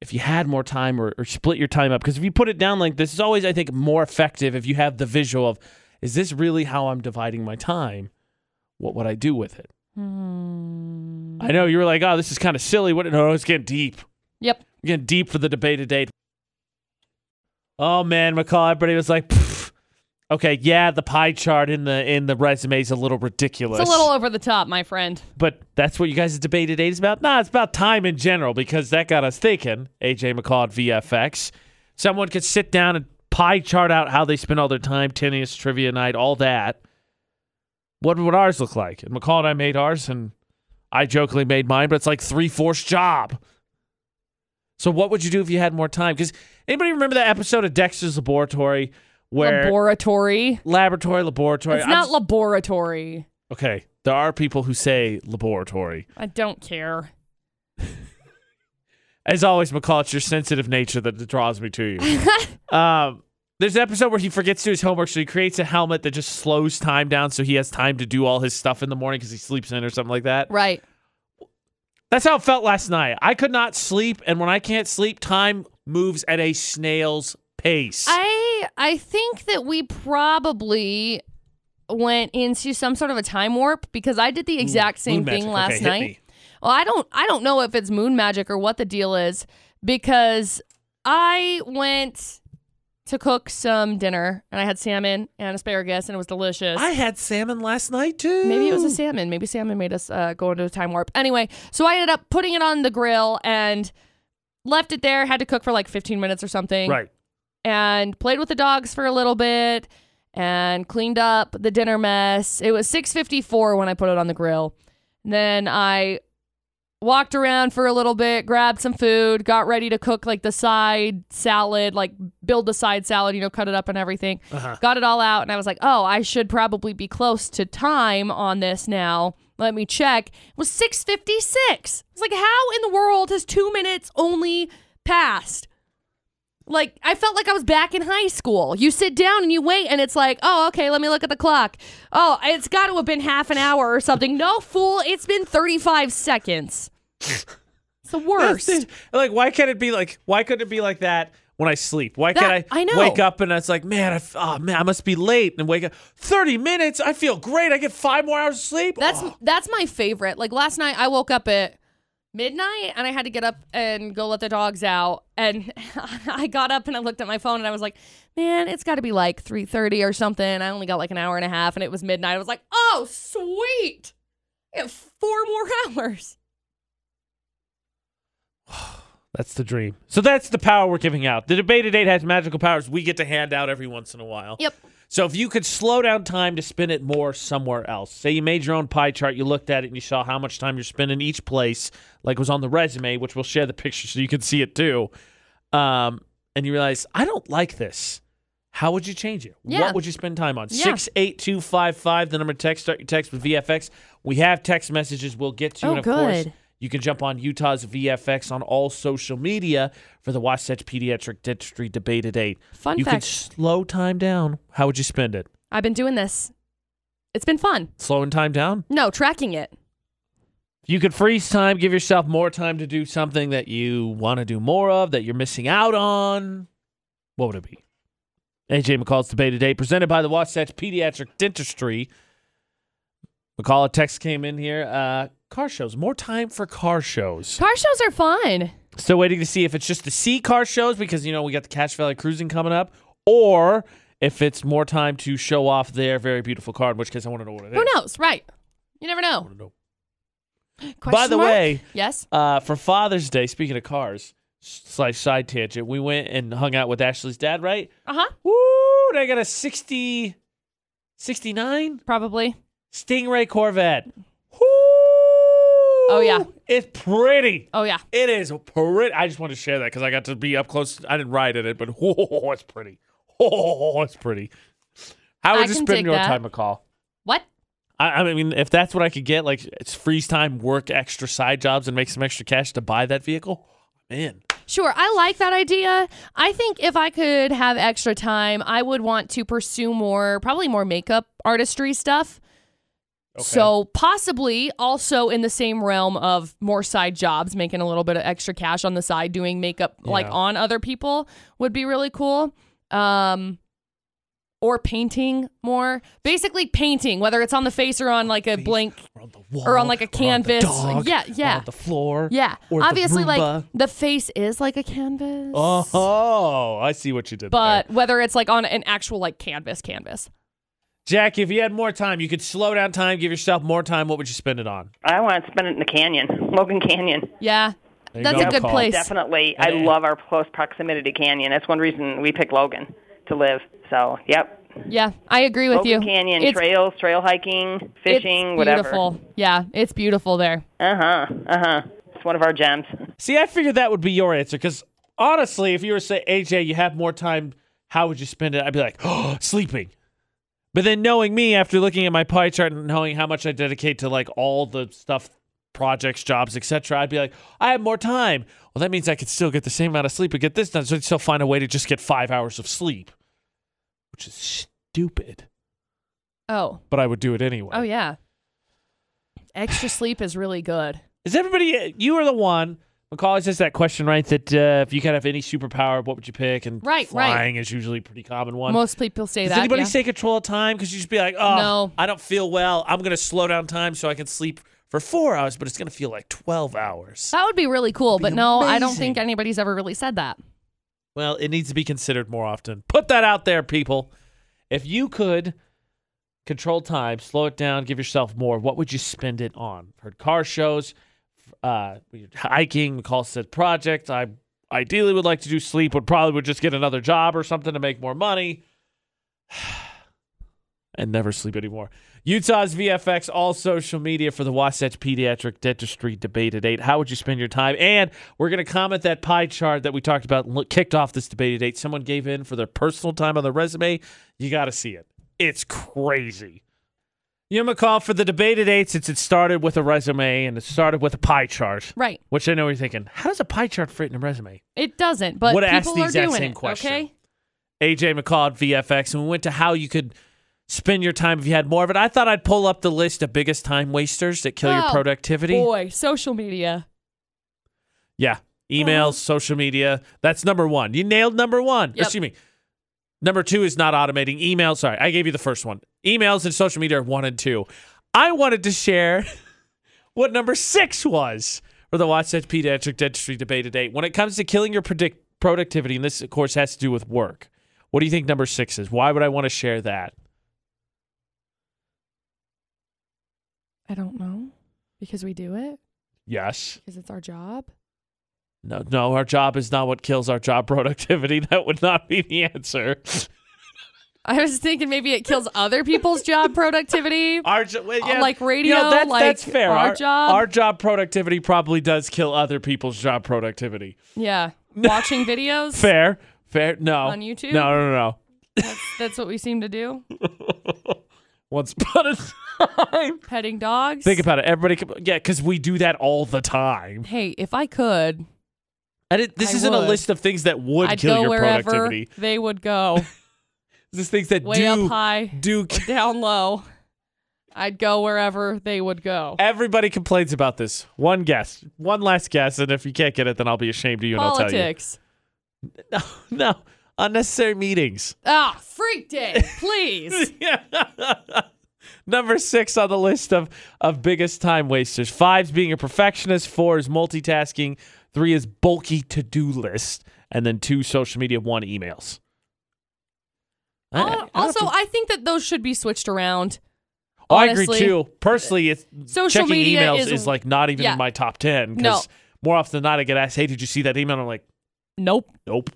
Speaker 1: if you had more time or, or split your time up? Because if you put it down like this, is always I think more effective if you have the visual of is this really how I'm dividing my time? What would I do with it? I know you were like, oh, this is kind of silly. What? No, it's getting deep.
Speaker 2: yep.
Speaker 1: We're getting deep for the debate today. Oh man, McCall, everybody was like, "Pff." okay, yeah, the pie chart in the in the resume is a little ridiculous.
Speaker 2: It's a little over the top, my friend.
Speaker 1: but that's what you guys' debate today is about. Nah, it's about time in general because that got us thinking. AJ McCall at VFX. Someone could sit down and pie chart out how they spend all their time, tennis, trivia night, all that. What would ours look like? And McCall and I made ours, and I jokingly made mine, but it's like three fourths job. So what would you do if you had more time? Because anybody remember that episode of Dexter's Laboratory where
Speaker 2: laboratory.
Speaker 1: laboratory laboratory?
Speaker 2: It's
Speaker 1: I'm
Speaker 2: not
Speaker 1: s-
Speaker 2: laboratory.
Speaker 1: okay. There are people who say laboratory.
Speaker 2: I don't care.
Speaker 1: As always, McCall, it's your sensitive nature that draws me to
Speaker 2: *laughs*
Speaker 1: you. um, there's an episode where he forgets to do his homework, so he creates a helmet that just slows time down so he has time to do all his stuff in the morning because he sleeps in or something like that.
Speaker 2: Right.
Speaker 1: That's how it felt last night. I could not sleep, and when I can't sleep, time moves at a snail's pace.
Speaker 2: I I think that we probably went into some sort of a time warp because I did the exact same
Speaker 1: moon
Speaker 2: thing
Speaker 1: magic.
Speaker 2: last
Speaker 1: Okay, hit
Speaker 2: night.
Speaker 1: me.
Speaker 2: Well, I don't I don't know if it's moon magic or what the deal is because I went to cook some dinner and I had salmon and asparagus and it was delicious.
Speaker 1: I had salmon last night too.
Speaker 2: Maybe it was a salmon. Maybe salmon made us uh, go into a time warp. Anyway, so I ended up putting it on the grill and left it there. Had to cook for like 15 minutes or something
Speaker 1: right.
Speaker 2: and played with the dogs for a little bit and cleaned up the dinner mess. It was 6:54 when I put it on the grill. Then I walked around for a little bit, grabbed some food, got ready to cook like the side salad, like build the side salad, you know, cut it up and everything. Got it all out and I was like, "Oh, I should probably be close to time on this now." Let me check. It was 6:56. It's like, "How in the world has 2 minutes only passed?" Like I felt like I was back in high school. You sit down and you wait, and it's like, oh, okay, let me look at the clock. Oh, it's got to have been half an hour or something. No, fool, it's been thirty-five seconds. It's the worst.
Speaker 1: That's it. Like, why can't it be like? Why couldn't it be like that when I sleep? Why
Speaker 2: That-
Speaker 1: can't I,
Speaker 2: I know.
Speaker 1: wake up and it's like, man, I, f- oh man, I must be late and wake up thirty minutes. I feel great. I get five more hours of sleep.
Speaker 2: That's
Speaker 1: Oh.
Speaker 2: that's my favorite. Like last night, I woke up at midnight and I had to get up and go let the dogs out. And *laughs* I got up and I looked at my phone and I was like, "Man, it's got to be like three thirty or something." I only got like an hour and a half, and it was midnight. I was like, "Oh, sweet, I have four more *laughs* hours."
Speaker 1: that's the dream. So that's the power we're giving out. The debate date has magical powers we get to hand out every once in a while.
Speaker 2: Yep.
Speaker 1: So if you could slow down time to spend it more somewhere else, say you made your own pie chart, you looked at it and you saw how much time you're spending each place, like was on the resume, which we'll share the picture so you can see it too. Um, and you realize I don't like this. How would you change it?
Speaker 2: Yeah.
Speaker 1: What would you spend time on?
Speaker 2: Yeah.
Speaker 1: Six eight two five five. The number to text. Start your text with VFX. We have text messages. We'll get to
Speaker 2: Oh,
Speaker 1: and of
Speaker 2: good.
Speaker 1: course you can jump on Utah's VFX on all social media for the Wasatch Pediatric Dentistry Debate at 8.
Speaker 2: Fun
Speaker 1: you
Speaker 2: fact.
Speaker 1: could slow time down. How would you spend it?
Speaker 2: I've been doing this. It's been fun.
Speaker 1: Slowing time down?
Speaker 2: No, tracking it.
Speaker 1: You could freeze time, give yourself more time to do something that you want to do more of, that you're missing out on. What would it be? AJ McCall's debate today, presented by the Wasatch Pediatric Dentistry. McCall, a text came in here. Uh, car shows, more time for car shows.
Speaker 2: Car shows are fun.
Speaker 1: Still waiting to see if it's just the C car shows because you know we got the Cache Valley Cruising coming up, or if it's more time to show off their very beautiful car. In which case, I want to know what it is.
Speaker 2: Who knows? Right. You never know.
Speaker 1: know.
Speaker 2: Question
Speaker 1: By the
Speaker 2: mark?
Speaker 1: way,
Speaker 2: Yes.
Speaker 1: uh, for Father's Day, speaking of cars, slash side tangent, we went and hung out with Ashley's dad, right?
Speaker 2: Uh huh.
Speaker 1: Woo! They got a 60, 69
Speaker 2: Probably.
Speaker 1: Stingray Corvette. Oh
Speaker 2: yeah.
Speaker 1: it's pretty.
Speaker 2: Oh yeah.
Speaker 1: It is pretty. I just wanted to share that because I got to be up close. I didn't ride in it, but *laughs* oh, it's pretty. *laughs* Oh, it's pretty. How
Speaker 2: I
Speaker 1: would you
Speaker 2: can
Speaker 1: spend
Speaker 2: dig
Speaker 1: your
Speaker 2: that.
Speaker 1: time, McCall?
Speaker 2: What?
Speaker 1: I, I mean, if that's what I could get, like it's freeze time, work extra side jobs, and make some extra cash to buy that vehicle, I'm in.
Speaker 2: Sure, I like that idea. I think if I could have extra time, I would want to pursue more, probably more makeup artistry stuff.
Speaker 1: Okay.
Speaker 2: So, possibly also in the same realm of more side jobs, making a little bit of extra cash on the side, doing makeup like
Speaker 1: Yeah.
Speaker 2: on other people would be really cool. Um, or painting more. Basically, painting, whether it's on the face or on like a blank
Speaker 1: Or on the wall,
Speaker 2: or on, like, a
Speaker 1: or the
Speaker 2: canvas.
Speaker 1: dog,
Speaker 2: Yeah,
Speaker 1: or
Speaker 2: yeah.
Speaker 1: on the floor.
Speaker 2: Yeah.
Speaker 1: Or the
Speaker 2: Obviously, like
Speaker 1: Roomba.
Speaker 2: the face is like a canvas.
Speaker 1: Oh, I see what you did. there.
Speaker 2: But whether it's like on an actual like canvas canvas.
Speaker 1: Jackie, if you had more time, you could slow down time, give yourself more time. What would you spend it on?
Speaker 8: I want to spend it in the canyon, Logan Canyon.
Speaker 2: Yeah.
Speaker 1: There you
Speaker 2: That's
Speaker 1: go,
Speaker 2: a good
Speaker 1: Nicole.
Speaker 2: place.
Speaker 8: Definitely. I
Speaker 1: Yeah.
Speaker 8: love our close proximity to canyon. That's one reason we picked Logan to live. So, yep.
Speaker 2: Yeah. I agree with you.
Speaker 8: Logan Canyon,
Speaker 2: It's-
Speaker 8: trails, trail hiking,
Speaker 2: it's
Speaker 8: fishing, whatever.
Speaker 2: beautiful. Yeah, it's beautiful there.
Speaker 8: Uh huh. Uh huh. It's one of our gems.
Speaker 1: See, I figured that would be your answer because honestly, if you were to say, AJ, you have more time, how would you spend it? I'd be like, *gasps* oh, sleeping. But then knowing me, after looking at my pie chart and knowing how much I dedicate to like all the stuff, projects, jobs, etc., I'd be like, I have more time. Well, that means I could still get the same amount of sleep and get this done. So I'd still find a way to just get five hours of sleep, which is stupid.
Speaker 2: Oh.
Speaker 1: But I would do it anyway.
Speaker 2: Oh yeah. Extra sleep is really good.
Speaker 1: Is everybody? uh, You are the one. McCall is just that question, right? That uh, if you could have any superpower, what would you pick? And
Speaker 2: Right, right.
Speaker 1: flying is usually a pretty common one.
Speaker 2: Most people say
Speaker 1: Does
Speaker 2: that.
Speaker 1: anybody
Speaker 2: yeah.
Speaker 1: say control of time? Because you just be like, oh,
Speaker 2: No.
Speaker 1: I don't feel well. I'm gonna slow down time so I can sleep for four hours, but it's gonna feel like twelve hours.
Speaker 2: that would be really cool, but no, I don't think
Speaker 1: amazing.
Speaker 2: anybody's ever really said that.
Speaker 1: Well, it needs to be considered more often. Put that out there, people. If you could control time, slow it down, give yourself more, what would you spend it on? Heard car shows, uh, hiking, McCall said project. I ideally would like to do sleep, would probably would just get another job or something to make more money. And never sleep anymore. Utah's VFX, all social media for the Wasatch Pediatric Dentistry Debate at 8. How would you spend your time? And we're going to comment that pie chart that we talked about and kicked off this debate at 8. Someone gave in for their personal time on their resume. You got to see it. It's crazy. You know, McCall, for the debate at 8, since it started with a resume and it started with a pie chart,
Speaker 2: Right.
Speaker 1: which I know you're thinking, how does a pie chart fit in a resume?
Speaker 2: It doesn't, but
Speaker 1: Would
Speaker 2: people
Speaker 1: ask the
Speaker 2: are
Speaker 1: exact
Speaker 2: doing
Speaker 1: same
Speaker 2: it,
Speaker 1: question.
Speaker 2: okay?
Speaker 1: AJ McCall at VFX, and we went to how you could spend your time if you had more of it. I thought I'd pull up the list of biggest time wasters that kill your
Speaker 2: Oh,
Speaker 1: productivity.
Speaker 2: Boy, social media.
Speaker 1: Yeah. Emails, social media. That's number one. You nailed number one.
Speaker 2: Yep.
Speaker 1: Excuse me. Number two is not automating emails. Sorry, I gave you the first one. Emails and social media are one and two. I wanted to share *laughs* what number six was for the Wasatch Pediatric Dentistry debate today. When it comes to killing your predict- productivity, and this, of course, has to do with work, what do you think number six is? Why would I want to share that?
Speaker 2: I don't know. Because we do it?
Speaker 1: Yes.
Speaker 2: Because it's our job? *laughs*
Speaker 1: No, no, our job is not what kills our job *laughs* productivity. That would not be the answer.
Speaker 2: I was thinking maybe it kills other people's job
Speaker 1: *laughs*
Speaker 2: productivity.
Speaker 1: Our jo- well,
Speaker 2: Uh,
Speaker 1: yeah,
Speaker 2: like radio,
Speaker 1: you know, that's,
Speaker 2: like
Speaker 1: that's fair.
Speaker 2: our job.
Speaker 1: our job productivity probably does kill other people's job productivity. *laughs*
Speaker 2: Yeah. Watching videos.
Speaker 1: Fair, fair. No,
Speaker 2: On YouTube?
Speaker 1: No, no, no. no.
Speaker 2: That's what we seem to do.
Speaker 1: Once upon a *laughs* time.
Speaker 2: Petting dogs.
Speaker 1: Think about it. Everybody, could- yeah, because we do that all the time.
Speaker 2: hey, if I could,
Speaker 1: And it, this
Speaker 2: I
Speaker 1: isn't a
Speaker 2: would.
Speaker 1: list of things that would
Speaker 2: I'd
Speaker 1: kill
Speaker 2: go
Speaker 1: your
Speaker 2: wherever
Speaker 1: productivity.
Speaker 2: they would
Speaker 1: *laughs*
Speaker 2: go.
Speaker 1: This is things that
Speaker 2: Way
Speaker 1: do
Speaker 2: up high,
Speaker 1: do.
Speaker 2: or down low. I'd go wherever they would go.
Speaker 1: Everybody complains about this. One guess, one last guess, and if you can't get it, then I'll be ashamed of you and I'll tell you.
Speaker 2: Politics.
Speaker 1: No, *laughs* no, unnecessary meetings.
Speaker 2: Ah, freak day,
Speaker 1: *laughs*
Speaker 2: please.
Speaker 1: Number six on the list of, of biggest time wasters. Five's being a perfectionist. Four is multitasking. Three is bulky to do list. And then two, social media. One, emails. Eh, I- I
Speaker 2: Al-
Speaker 1: don't
Speaker 2: also,
Speaker 1: think-
Speaker 2: I think that those should be switched around.
Speaker 1: Oh, I agree
Speaker 2: honestly, uh,
Speaker 1: too. Personally, it's
Speaker 2: social
Speaker 1: checking
Speaker 2: media
Speaker 1: emails is,
Speaker 2: is-
Speaker 1: like not even
Speaker 2: yeah.
Speaker 1: in my top 10
Speaker 2: No.
Speaker 1: because more often than not, I get asked, hey, did you see that email? And I'm like,
Speaker 2: Nope.
Speaker 1: nope.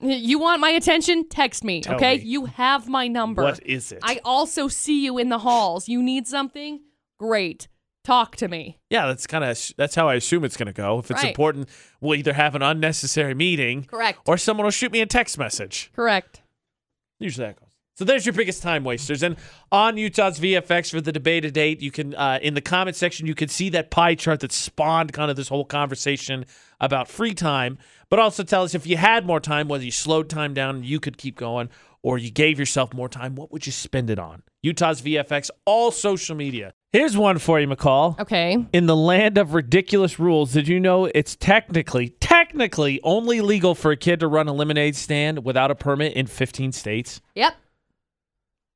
Speaker 2: You want my attention? Text me,
Speaker 1: Tell
Speaker 2: okay?
Speaker 1: me.
Speaker 2: You have my number.
Speaker 1: What is it?
Speaker 2: I also see you in the halls. You need something? Great. Talk to me.
Speaker 1: yeah, that's kind of that's how I assume it's going to go. If it's
Speaker 2: Right.
Speaker 1: important, we'll either have an unnecessary meeting
Speaker 2: Correct.
Speaker 1: or someone will shoot me a text message.
Speaker 2: Correct.
Speaker 1: Usually that goes. So there's your biggest time wasters. And on Utah's VFX for the debate to date, you can uh, in the comment section you can see that pie chart that spawned kind of this whole conversation about free time. But also tell us if you had more time, whether you slowed time down and you could keep going, or you gave yourself more time, what would you spend it on? Utah's VFX, all social media. Here's one for you, McCall.
Speaker 2: Okay.
Speaker 1: In the land of ridiculous rules, did you know it's technically, technically only legal for a kid to run a lemonade stand without a permit in 15 states?
Speaker 2: Yep.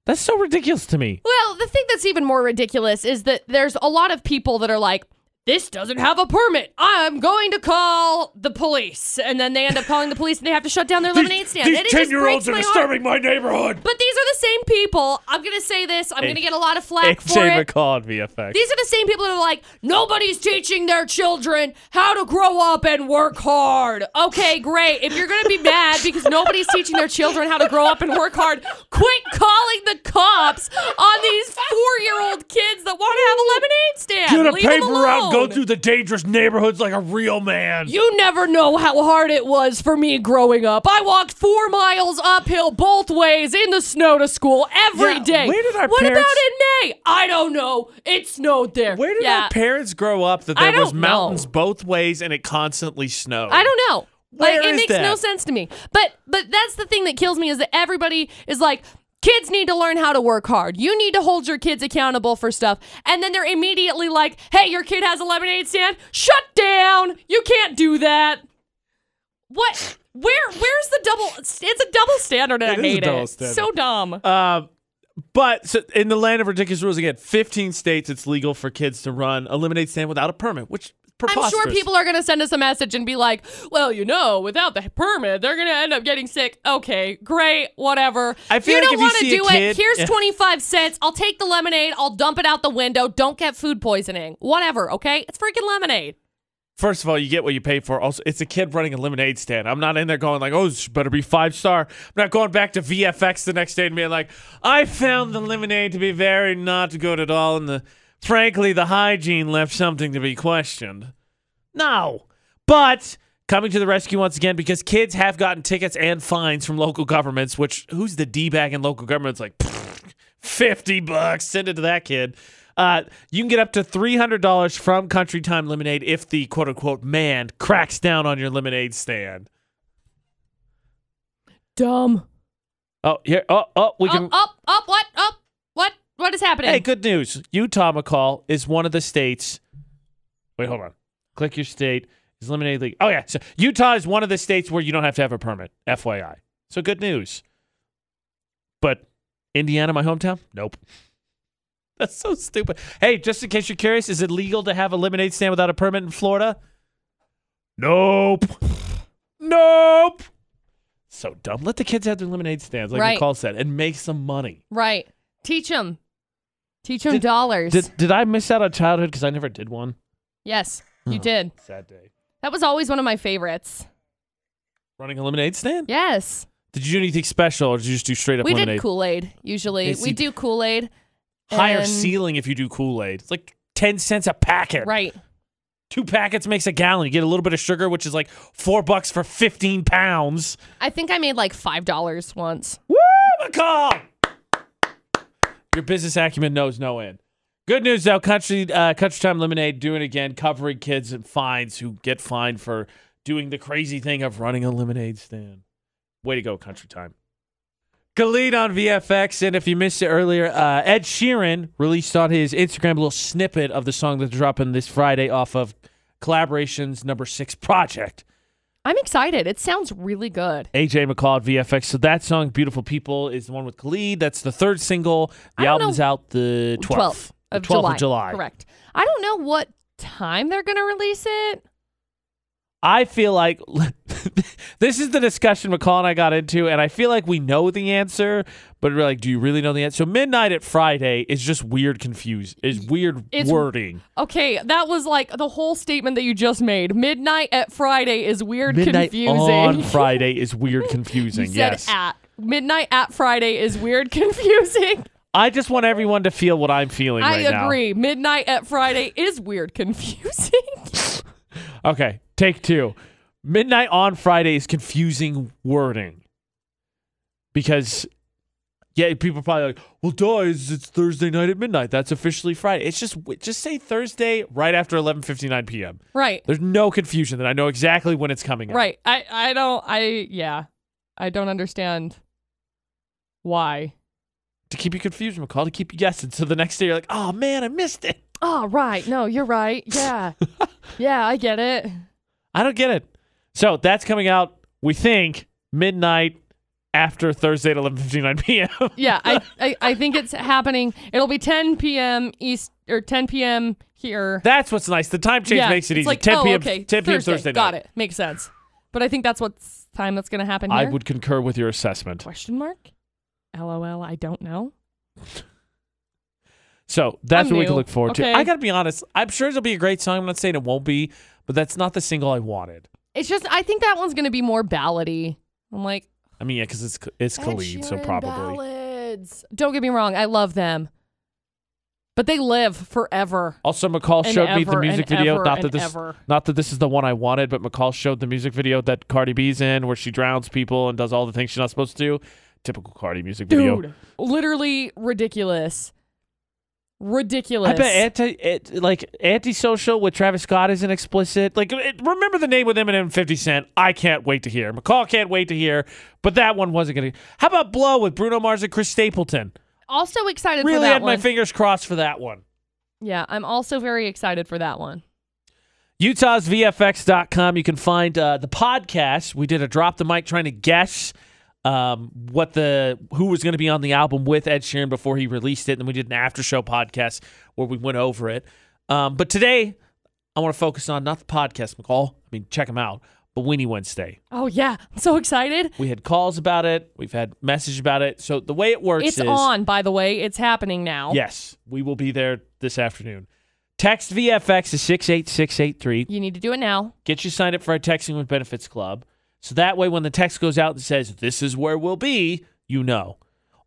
Speaker 1: That's so ridiculous to me.
Speaker 2: Well, the thing that's even more ridiculous is that there's a lot of people that are like, this doesn't have a permit. I'm going to call the police. And then they end up calling the police and they have to shut down their lemonade stand. And it just breaks my heart.
Speaker 1: my neighborhood.
Speaker 2: But these are the same people. I'm going to say this. I'm
Speaker 1: Hey,
Speaker 2: going to get a lot of flack for
Speaker 1: AJ
Speaker 2: it.
Speaker 1: McCall at VFX.
Speaker 2: These are the same people that are like, nobody's teaching their children how to grow up and work hard. Okay, great. If you're going to be mad because nobody's teaching their children how to grow up and work hard, quit calling the cops on these four year old kids that want to have a lemonade stand.
Speaker 1: Get a
Speaker 2: Leave them
Speaker 1: paper out, go
Speaker 2: alone.
Speaker 1: through the dangerous neighborhoods like a real man.
Speaker 2: You never know how hard it was for me growing up. I walked four miles uphill both ways in the snow to school every
Speaker 1: Yeah,
Speaker 2: day.
Speaker 1: where did our
Speaker 2: what
Speaker 1: parents-
Speaker 2: about in May? I don't know. It snowed there.
Speaker 1: Where did
Speaker 2: yeah.
Speaker 1: our parents grow up that
Speaker 2: I
Speaker 1: there was
Speaker 2: don't know.
Speaker 1: mountains both ways and it constantly snowed?
Speaker 2: I don't know.
Speaker 1: Where
Speaker 2: like it
Speaker 1: is
Speaker 2: makes no
Speaker 1: that?
Speaker 2: sense to me. But but that's the thing that kills me is that everybody is like kids need to learn how to work hard. You need to hold your kids accountable for stuff. And then they're immediately like, "Hey, your kid has a lemonade stand. Shut down. You can't do that." What where where's the double it's a double standard
Speaker 1: It
Speaker 2: and I
Speaker 1: is a
Speaker 2: hate
Speaker 1: double
Speaker 2: it.
Speaker 1: standard.
Speaker 2: So dumb.
Speaker 1: Um, but so in the land of ridiculous rules, again, 15 states it's legal for kids to run a lemonade stand without a permit, which is
Speaker 2: I'm
Speaker 1: preposterous.
Speaker 2: sure people are going to send us a message and be like, well, you know, without the permit, they're going to end up getting sick. Okay, great, whatever.
Speaker 1: I feel
Speaker 2: you
Speaker 1: like
Speaker 2: don't
Speaker 1: if you
Speaker 2: want to
Speaker 1: see a
Speaker 2: do
Speaker 1: kid-
Speaker 2: it. Here's
Speaker 1: Yeah.
Speaker 2: 25 cents. I'll take the lemonade. I'll dump it out the window. Don't get food poisoning. Whatever, okay? It's freaking lemonade.
Speaker 1: First of all, you get what you pay for. Also, it's a kid running a lemonade stand. I'm not in there going like, "Oh, this better be five star." I'm not going back to VFX the next day and being like, "I found the lemonade to be very not good at all," and the frankly, the hygiene left something to be questioned. No, but coming to the rescue once again because kids have gotten tickets and fines from local governments. Which who's the d bag in local governments? Like, 50 bucks. Send it to that kid. Uh, you can get up to $300 from Country Time Lemonade if the quote unquote man cracks down on your lemonade stand.
Speaker 2: Dumb.
Speaker 1: Oh, here. Oh, oh, we can.
Speaker 2: up, up, up, what? Up, what? What is happening?
Speaker 1: Hey, good news. Utah McCall is one of the states. Wait, hold on. Click your state. Is lemonade league. Oh, yeah. So Utah is one of the states where you don't have to have a permit, FYI. So good news. But Indiana, my hometown? Nope. *laughs* That's so stupid. Hey, just in case you're curious, is it legal to have a lemonade stand without a permit in Florida? Nope. *laughs* nope. So dumb. Let the kids have their lemonade stands, like
Speaker 2: Right.
Speaker 1: McCall said, and make some money.
Speaker 2: Right. Teach them. Teach them
Speaker 1: Did-
Speaker 2: dollars.
Speaker 1: Did did I miss out on childhood because I never did one?
Speaker 2: yes,
Speaker 1: Hmm.
Speaker 2: you did.
Speaker 1: Sad day.
Speaker 2: That was always one of my favorites.
Speaker 1: Running a lemonade stand?
Speaker 2: Yes.
Speaker 1: Did you do anything special or did you just do straight up
Speaker 2: we
Speaker 1: lemonade?
Speaker 2: did Kool Aid usually.
Speaker 1: Hey, see-
Speaker 2: we do Kool Aid.
Speaker 1: Higher
Speaker 2: and-
Speaker 1: ceiling if you do Kool Aid. It's like ten cents a *laughs* packet.
Speaker 2: Right.
Speaker 1: Two packets makes a gallon. You get a little bit of sugar, which is like four bucks for fifteen pounds.
Speaker 2: I think I made like five dollars once.
Speaker 1: Woo, McCall! Your business acumen knows no end. Good news though, country uh, country time lemonade doing it again, covering kids and fines who get fined for doing the crazy thing of running a lemonade stand. Way to go, country time. Khalid on VFX, and if you missed it earlier, uh, Ed Sheeran released on his Instagram a little snippet of the song that they're dropping this Friday off of Collaboration's number six project.
Speaker 2: I'm excited. It sounds really good.
Speaker 1: AJ McCall at VFX. So that song, Beautiful People, is the one with Khalid. That's the third single.
Speaker 2: I
Speaker 1: The
Speaker 2: don't
Speaker 1: album's
Speaker 2: know-
Speaker 1: out the 12th. The
Speaker 2: of
Speaker 1: 12th
Speaker 2: July.
Speaker 1: of July.
Speaker 2: Correct. I don't know what time they're gonna release it.
Speaker 1: I feel like *laughs* this is the discussion McCall and I got into, and I feel like we know the answer, but we're like, do you really know the answer? So midnight at Friday is just weird, confused, is weird
Speaker 2: It's-
Speaker 1: wording.
Speaker 2: Okay, that was like the whole statement that you just made. Midnight at Friday is weird,
Speaker 1: midnight *laughs*
Speaker 2: confusing.
Speaker 1: on Friday is weird, confusing.
Speaker 2: *laughs* you said
Speaker 1: yes,
Speaker 2: at midnight at Friday is weird, *laughs* confusing.
Speaker 1: I just want everyone to feel what I'm feeling
Speaker 2: I
Speaker 1: right now.
Speaker 2: agree. Midnight at Friday is weird, *laughs* confusing.
Speaker 1: Okay, take two. Midnight on Friday is confusing wording because yeah, people are probably like, well, duh, it's, it's Thursday night at midnight. That's officially Friday. It's just just say Thursday right after 11:59 p.m.
Speaker 2: right.
Speaker 1: There's no confusion. Then I know exactly when it's coming. out.
Speaker 2: Right. I I don't I yeah. I don't understand why.
Speaker 1: to keep you confused, McCall, to keep you guessing. So the next day you're like, oh man, I missed it.
Speaker 2: Oh, right. No, you're right. *laughs* Yeah. yeah, I get it.
Speaker 1: I don't get it. So that's coming out. We think midnight after Thursday at 11:59 *laughs* p.m.
Speaker 2: Yeah, *laughs* I, I I think it's happening. It'll be 10 p.m. East or 10 p.m. here.
Speaker 1: That's what's nice. The time change
Speaker 2: yeah,
Speaker 1: makes it
Speaker 2: it's
Speaker 1: easy.
Speaker 2: Like,
Speaker 1: 10
Speaker 2: oh,
Speaker 1: p.m.
Speaker 2: Okay.
Speaker 1: 10 p.m.
Speaker 2: Thursday.
Speaker 1: Thursday, night.
Speaker 2: Got it. Makes sense. But I think that's what time that's going to happen
Speaker 1: I
Speaker 2: here.
Speaker 1: would concur with your assessment.
Speaker 2: question mark. LOL. I don't know.
Speaker 1: So that's
Speaker 2: I'm
Speaker 1: what we can
Speaker 2: new.
Speaker 1: look forward
Speaker 2: Okay.
Speaker 1: to. I gotta be honest. I'm sure it'll be a great song. I'm not saying it won't be, but that's not the single I wanted.
Speaker 2: It's just I think that one's going to be more ballady. I'm like
Speaker 1: I mean, yeah, because it's it's
Speaker 2: Ed
Speaker 1: Khalid, so
Speaker 2: Sheeran
Speaker 1: probably.
Speaker 2: ballads. Don't get me wrong, I love them, but they live forever.
Speaker 1: Also, McCall
Speaker 2: And
Speaker 1: showed me the
Speaker 2: ever,
Speaker 1: music
Speaker 2: and
Speaker 1: video.
Speaker 2: ever,
Speaker 1: not that
Speaker 2: and
Speaker 1: this,
Speaker 2: ever.
Speaker 1: not that this is the one I wanted, but McCall showed the music video that Cardi B's in, where she drowns people and does all the things she's not supposed to do. Typical Cardi music video.
Speaker 2: Dude, literally ridiculous, ridiculous.
Speaker 1: I bet anti it, like antisocial with Travis Scott isn't explicit. Like it, remember the name with Eminem and Fifty Cent. I can't wait to hear. McCall can't wait to hear. But that one wasn't gonna. How about Blow with Bruno Mars and Chris Stapleton?
Speaker 2: also excited for
Speaker 1: really
Speaker 2: that
Speaker 1: had
Speaker 2: one.
Speaker 1: my fingers crossed for that one.
Speaker 2: yeah, I'm also very excited for that one.
Speaker 1: Utah's VFX.com. You can find uh, the podcast. We did a drop the mic trying to guess um, what the who was going to be on the album with Ed Sheeran before he released it. And then we did an after show podcast where we went over it. Um, but today, I want to focus on not the podcast, McCall. I mean, check them out. But Weenie Wednesday.
Speaker 2: Oh yeah, I'm so excited.
Speaker 1: We had calls about it. We've had messages about it. So the way it works
Speaker 2: It's
Speaker 1: is
Speaker 2: on, by the way. It's happening now.
Speaker 1: Yes, we will be there this afternoon. Text VFX to 68683.
Speaker 2: You need to do it now.
Speaker 1: get you signed up for our texting with benefits club so that way when the text goes out and says this is where we'll be you know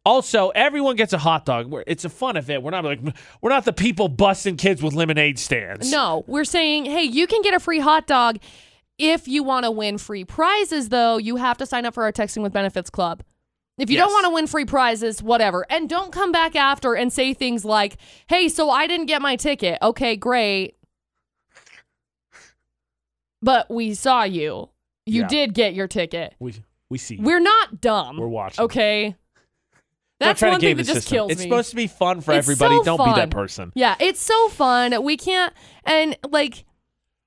Speaker 1: also everyone gets a hot dog We're- it's a fun event we're not like we're not the people busting kids with lemonade stands
Speaker 2: No, we're saying, hey, you can get a free hot dog if you want to win free prizes, though. You have to sign up for our Texting with Benefits Club. If you don't
Speaker 1: Yes.
Speaker 2: want to win free prizes, whatever. And don't come back after and say things like, hey, so I didn't get my ticket. Okay, great. But we saw you. You
Speaker 1: Yeah.
Speaker 2: did get your ticket.
Speaker 1: we we see you.
Speaker 2: We're not dumb.
Speaker 1: We're watching.
Speaker 2: Okay.
Speaker 1: Don't
Speaker 2: That's
Speaker 1: try to
Speaker 2: one
Speaker 1: game
Speaker 2: thing that
Speaker 1: the
Speaker 2: just
Speaker 1: system.
Speaker 2: kills
Speaker 1: it's
Speaker 2: me.
Speaker 1: supposed to be fun for
Speaker 2: It's
Speaker 1: everybody
Speaker 2: so
Speaker 1: don't be
Speaker 2: fun.
Speaker 1: that person
Speaker 2: Yeah, it's so fun. We can't and like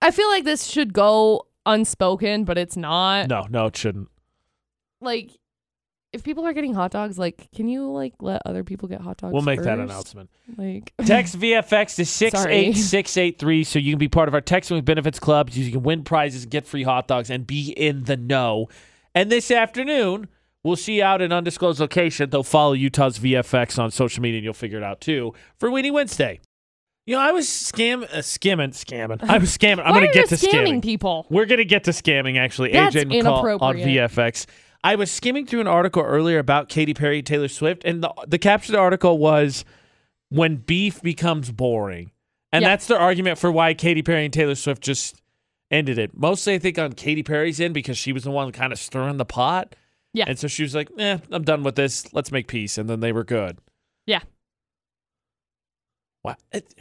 Speaker 2: I feel like this should go unspoken, but it's not.
Speaker 1: no no it shouldn't
Speaker 2: Like if people are getting hot dogs, like can you like let other people get hot dogs?
Speaker 1: we'll make that
Speaker 2: first?
Speaker 1: announcement
Speaker 2: Like *laughs*
Speaker 1: Text VFX to
Speaker 2: Sorry.
Speaker 1: 68683 so you can be part of our Texting with Benefits Club. You can win prizes, get free hot dogs, and be in the know. And this afternoon, we'll see you out in undisclosed location. Though follow Utah's VFX on social media and you'll figure it out too for Weenie Wednesday. You know, I was scam uh, skimming, scamming. I was scamming. I'm
Speaker 2: Why
Speaker 1: going
Speaker 2: are
Speaker 1: to get
Speaker 2: you
Speaker 1: to scamming.
Speaker 2: scamming people?
Speaker 1: We're going to get to scamming, actually.
Speaker 2: That's
Speaker 1: AJ McCall on
Speaker 2: inappropriate.
Speaker 1: VFX. I was skimming through an article earlier about Katy Perry and Taylor Swift, and the, the caption of the article was When Beef Becomes Boring. And
Speaker 2: Yeah.
Speaker 1: that's their argument for why Katy Perry and Taylor Swift just ended it. Mostly, I think, on Katy Perry's end because she was the one kind of stirring the pot.
Speaker 2: Yeah.
Speaker 1: And so she was like, eh, I'm done with this. Let's make peace. And then they were good.
Speaker 2: Yeah.
Speaker 1: What? It-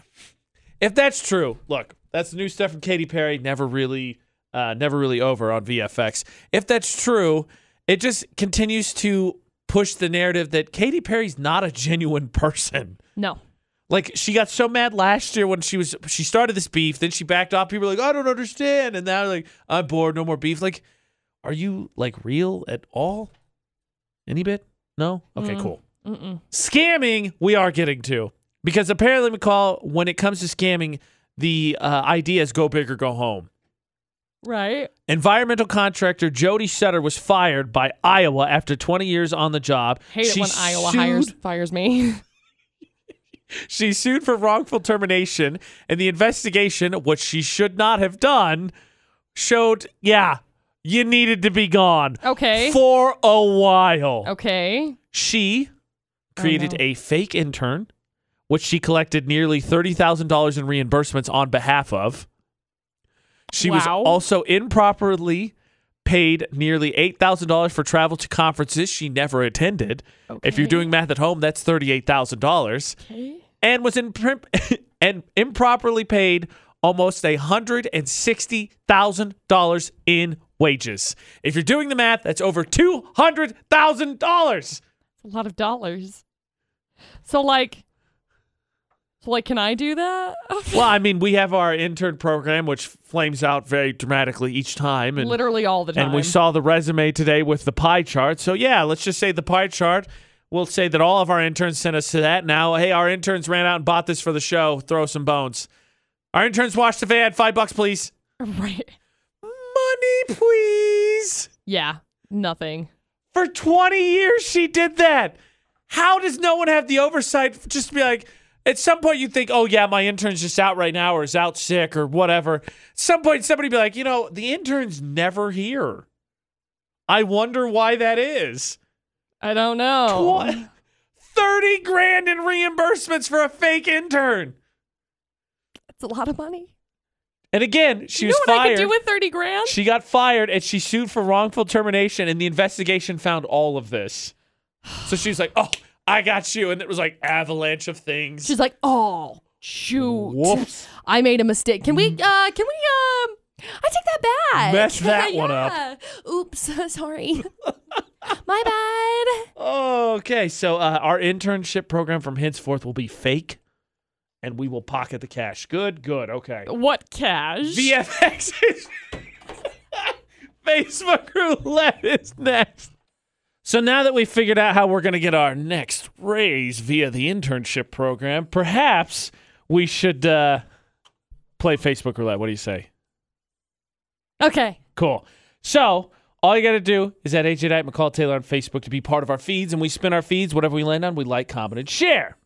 Speaker 1: If that's true, look, that's new stuff from Katy Perry. Never really, uh, never really over on VFX. If that's true, it just continues to push the narrative that Katy Perry's not a genuine person.
Speaker 2: No.
Speaker 1: Like she got so mad last year when she was she started this beef, then she backed off. People were like, I don't understand, and now like I'm bored, no more beef. Like, are you like real at all? Any bit? No. Okay, cool.
Speaker 2: Mm-mm.
Speaker 1: Scamming, we are getting to because apparently, McCall, when it comes to scamming, the uh, idea is go big or go home.
Speaker 2: Right?
Speaker 1: Environmental contractor Jody Sutter was fired by Iowa after 20 years on the job.
Speaker 2: Hate
Speaker 1: She
Speaker 2: it when Iowa
Speaker 1: sued-
Speaker 2: hires fires me. *laughs*
Speaker 1: She sued for wrongful termination, and the investigation, which she should not have done, showed, yeah, you needed to be gone
Speaker 2: Okay.
Speaker 1: for a while.
Speaker 2: okay.
Speaker 1: She created
Speaker 2: no.
Speaker 1: a fake intern, which she collected nearly $30,000 in reimbursements on behalf of. She was
Speaker 2: Wow.
Speaker 1: also improperly paid nearly $8,000 for travel to conferences she never attended. If you're
Speaker 2: Okay.
Speaker 1: doing math at home, that's $38,000
Speaker 2: Okay.
Speaker 1: and was in prim- *laughs* and improperly paid almost hundred and sixty thousand dollars in wages. If you're doing the math, that's over two hundred thousand dollars.
Speaker 2: A lot of dollars. So like so like can I do that? *laughs*
Speaker 1: Well, I mean, we have our intern program, which flames out very dramatically each time, and
Speaker 2: Literally all the time.
Speaker 1: and we saw the resume today with the pie chart. So yeah, let's just say the pie chart. We'll say that all of our interns sent us to that. Now, hey, our interns ran out and bought this for the show. Throw some bones. Our interns washed the van. Five bucks, please.
Speaker 2: *laughs* right.
Speaker 1: Money, please.
Speaker 2: Yeah. Nothing.
Speaker 1: For 20 years, she did that. How does no one have the oversight? f- Just to be like, at some point, you think, oh, yeah, my intern's just out right now or is out sick or whatever. At some point, somebody be like, you know, the intern's never here. I wonder why that is.
Speaker 2: I don't know.
Speaker 1: Tw- 30 grand in reimbursements for a fake intern.
Speaker 2: *laughs* It's a lot of money.
Speaker 1: And again, she
Speaker 2: you
Speaker 1: was
Speaker 2: know what I
Speaker 1: fired.
Speaker 2: could do with 30 grand?
Speaker 1: she got fired and she sued for wrongful termination and the investigation found all of this so she's like oh i got you and it was like avalanche of things
Speaker 2: She's like, "Oh, shoot.
Speaker 1: Whoops. Mm.
Speaker 2: I made a mistake. Can we uh can we um I take that back. *laughs*
Speaker 1: Mess that one up.
Speaker 2: up. Oops, *laughs* sorry. My bad.
Speaker 1: oh, okay so uh, our internship program from henceforth will be fake and we will pocket the cash good good okay
Speaker 2: What cash?
Speaker 1: vfx is *laughs* facebook roulette is next so now that we've figured out how we're going to get our next raise via the internship program perhaps we should uh, play facebook roulette what do you say
Speaker 2: okay.
Speaker 1: Cool. So all you got to do is at AJ Knight McCall Taylor on Facebook to be part of our feeds, and we spin our feeds. Whatever we land on, we like, comment, and share.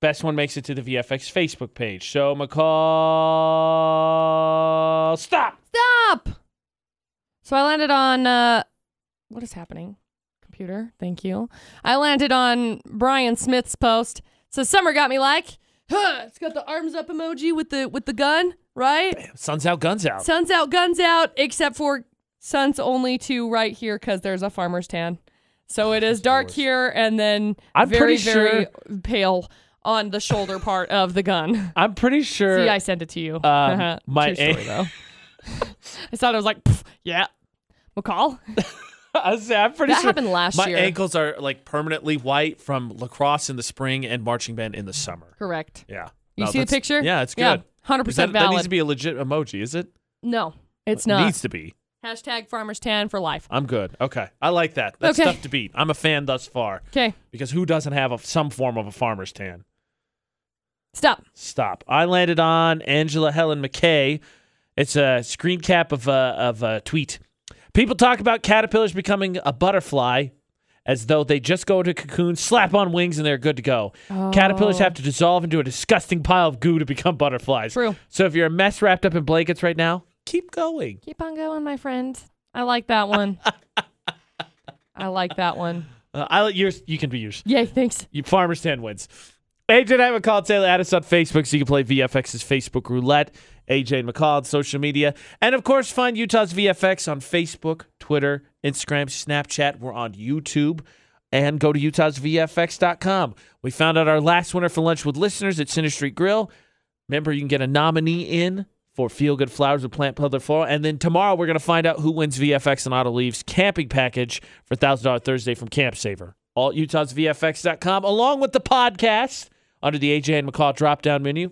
Speaker 1: Best one makes it to the VFX Facebook page. So McCall, stop.
Speaker 2: Stop. So I landed on uh what is happening? Computer, thank you. I landed on Brian Smith's post. So summer got me like, huh, it's got the arms up emoji with the with the gun, right?
Speaker 1: Sun's out, guns out.
Speaker 2: Sun's out, guns out, except for sun's only two right here because there's a farmer's tan. So it is dark here and then
Speaker 1: I'm
Speaker 2: very,
Speaker 1: pretty
Speaker 2: very pale on the shoulder part of the gun.
Speaker 1: I'm pretty sure.
Speaker 2: See, I sent it to you.
Speaker 1: Um, my
Speaker 2: *laughs* True story,
Speaker 1: a-
Speaker 2: though. *laughs* I thought I was like, "Pff, yeah,
Speaker 1: *laughs*
Speaker 2: McCall.
Speaker 1: *laughs* I was saying, I'm pretty
Speaker 2: That
Speaker 1: sure
Speaker 2: happened last
Speaker 1: my
Speaker 2: year.
Speaker 1: ankles are like permanently white from lacrosse in the spring and marching band in the summer.
Speaker 2: Correct.
Speaker 1: Yeah.
Speaker 2: You
Speaker 1: No,
Speaker 2: see the
Speaker 1: that's-
Speaker 2: picture?
Speaker 1: Yeah, it's good.
Speaker 2: Yeah, hundred
Speaker 1: Is that,
Speaker 2: percent
Speaker 1: that
Speaker 2: valid.
Speaker 1: needs to be a legit emoji, is it?
Speaker 2: no, it's
Speaker 1: It
Speaker 2: not.
Speaker 1: Needs to be.
Speaker 2: Hashtag farmer's tan for life.
Speaker 1: I'm good. Okay. I like that. That's
Speaker 2: Okay.
Speaker 1: tough to beat. I'm a fan thus far
Speaker 2: Okay,
Speaker 1: because who doesn't have a, some form of a farmer's tan?
Speaker 2: stop.
Speaker 1: Stop. I landed on Angela Helen McKay. It's a screen cap of a, of a tweet. People talk about caterpillars becoming a butterfly as though they just go to cocoon, slap on wings, and they're good to go. Caterpillars have to dissolve into a disgusting pile of goo to become butterflies.
Speaker 2: True.
Speaker 1: So if you're a mess wrapped up in blankets right now, keep going.
Speaker 2: Keep on going, my friend. I
Speaker 1: *laughs*
Speaker 2: like that one. I like that one.
Speaker 1: Uh, I let yours. You can be yours.
Speaker 2: Yay, thanks.
Speaker 1: you farmers 10 wins. AJ and McCall Taylor, add us on Facebook so you can play VFX's Facebook roulette. AJ and McCall on social media. And of course, find Utah's VFX on Facebook, Twitter, Instagram, Snapchat. We're on YouTube. And go to utahsvfx.com. We found out our last winner for lunch with listeners at Center Street Grill. Remember, you can get a nominee in for Feel Good Flowers with Plant Peddler Floral. And then tomorrow, we're going to find out who wins VFX and Auto Leaves camping package for $1,000 Thursday from Camp Saver. All at utahsvfx.com, along with the podcast under the AJ and McCall drop down menu.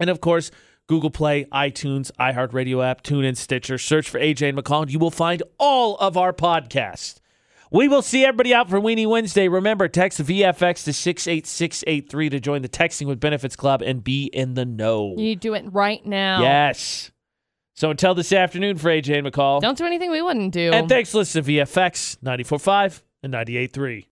Speaker 1: And of course, Google Play, iTunes, iHeartRadio app, TuneIn, Stitcher. Search for AJ and McCall, and you will find all of our podcasts. We will see everybody out for Weenie Wednesday. Remember, text VFX to 68683 to join the Texting with Benefits Club and be in the know.
Speaker 2: You need to do it right now.
Speaker 1: Yes. So until this afternoon for AJ and McCall.
Speaker 2: Don't do anything we wouldn't do.
Speaker 1: And thanks, listen to VFX 94.5 and 98.3.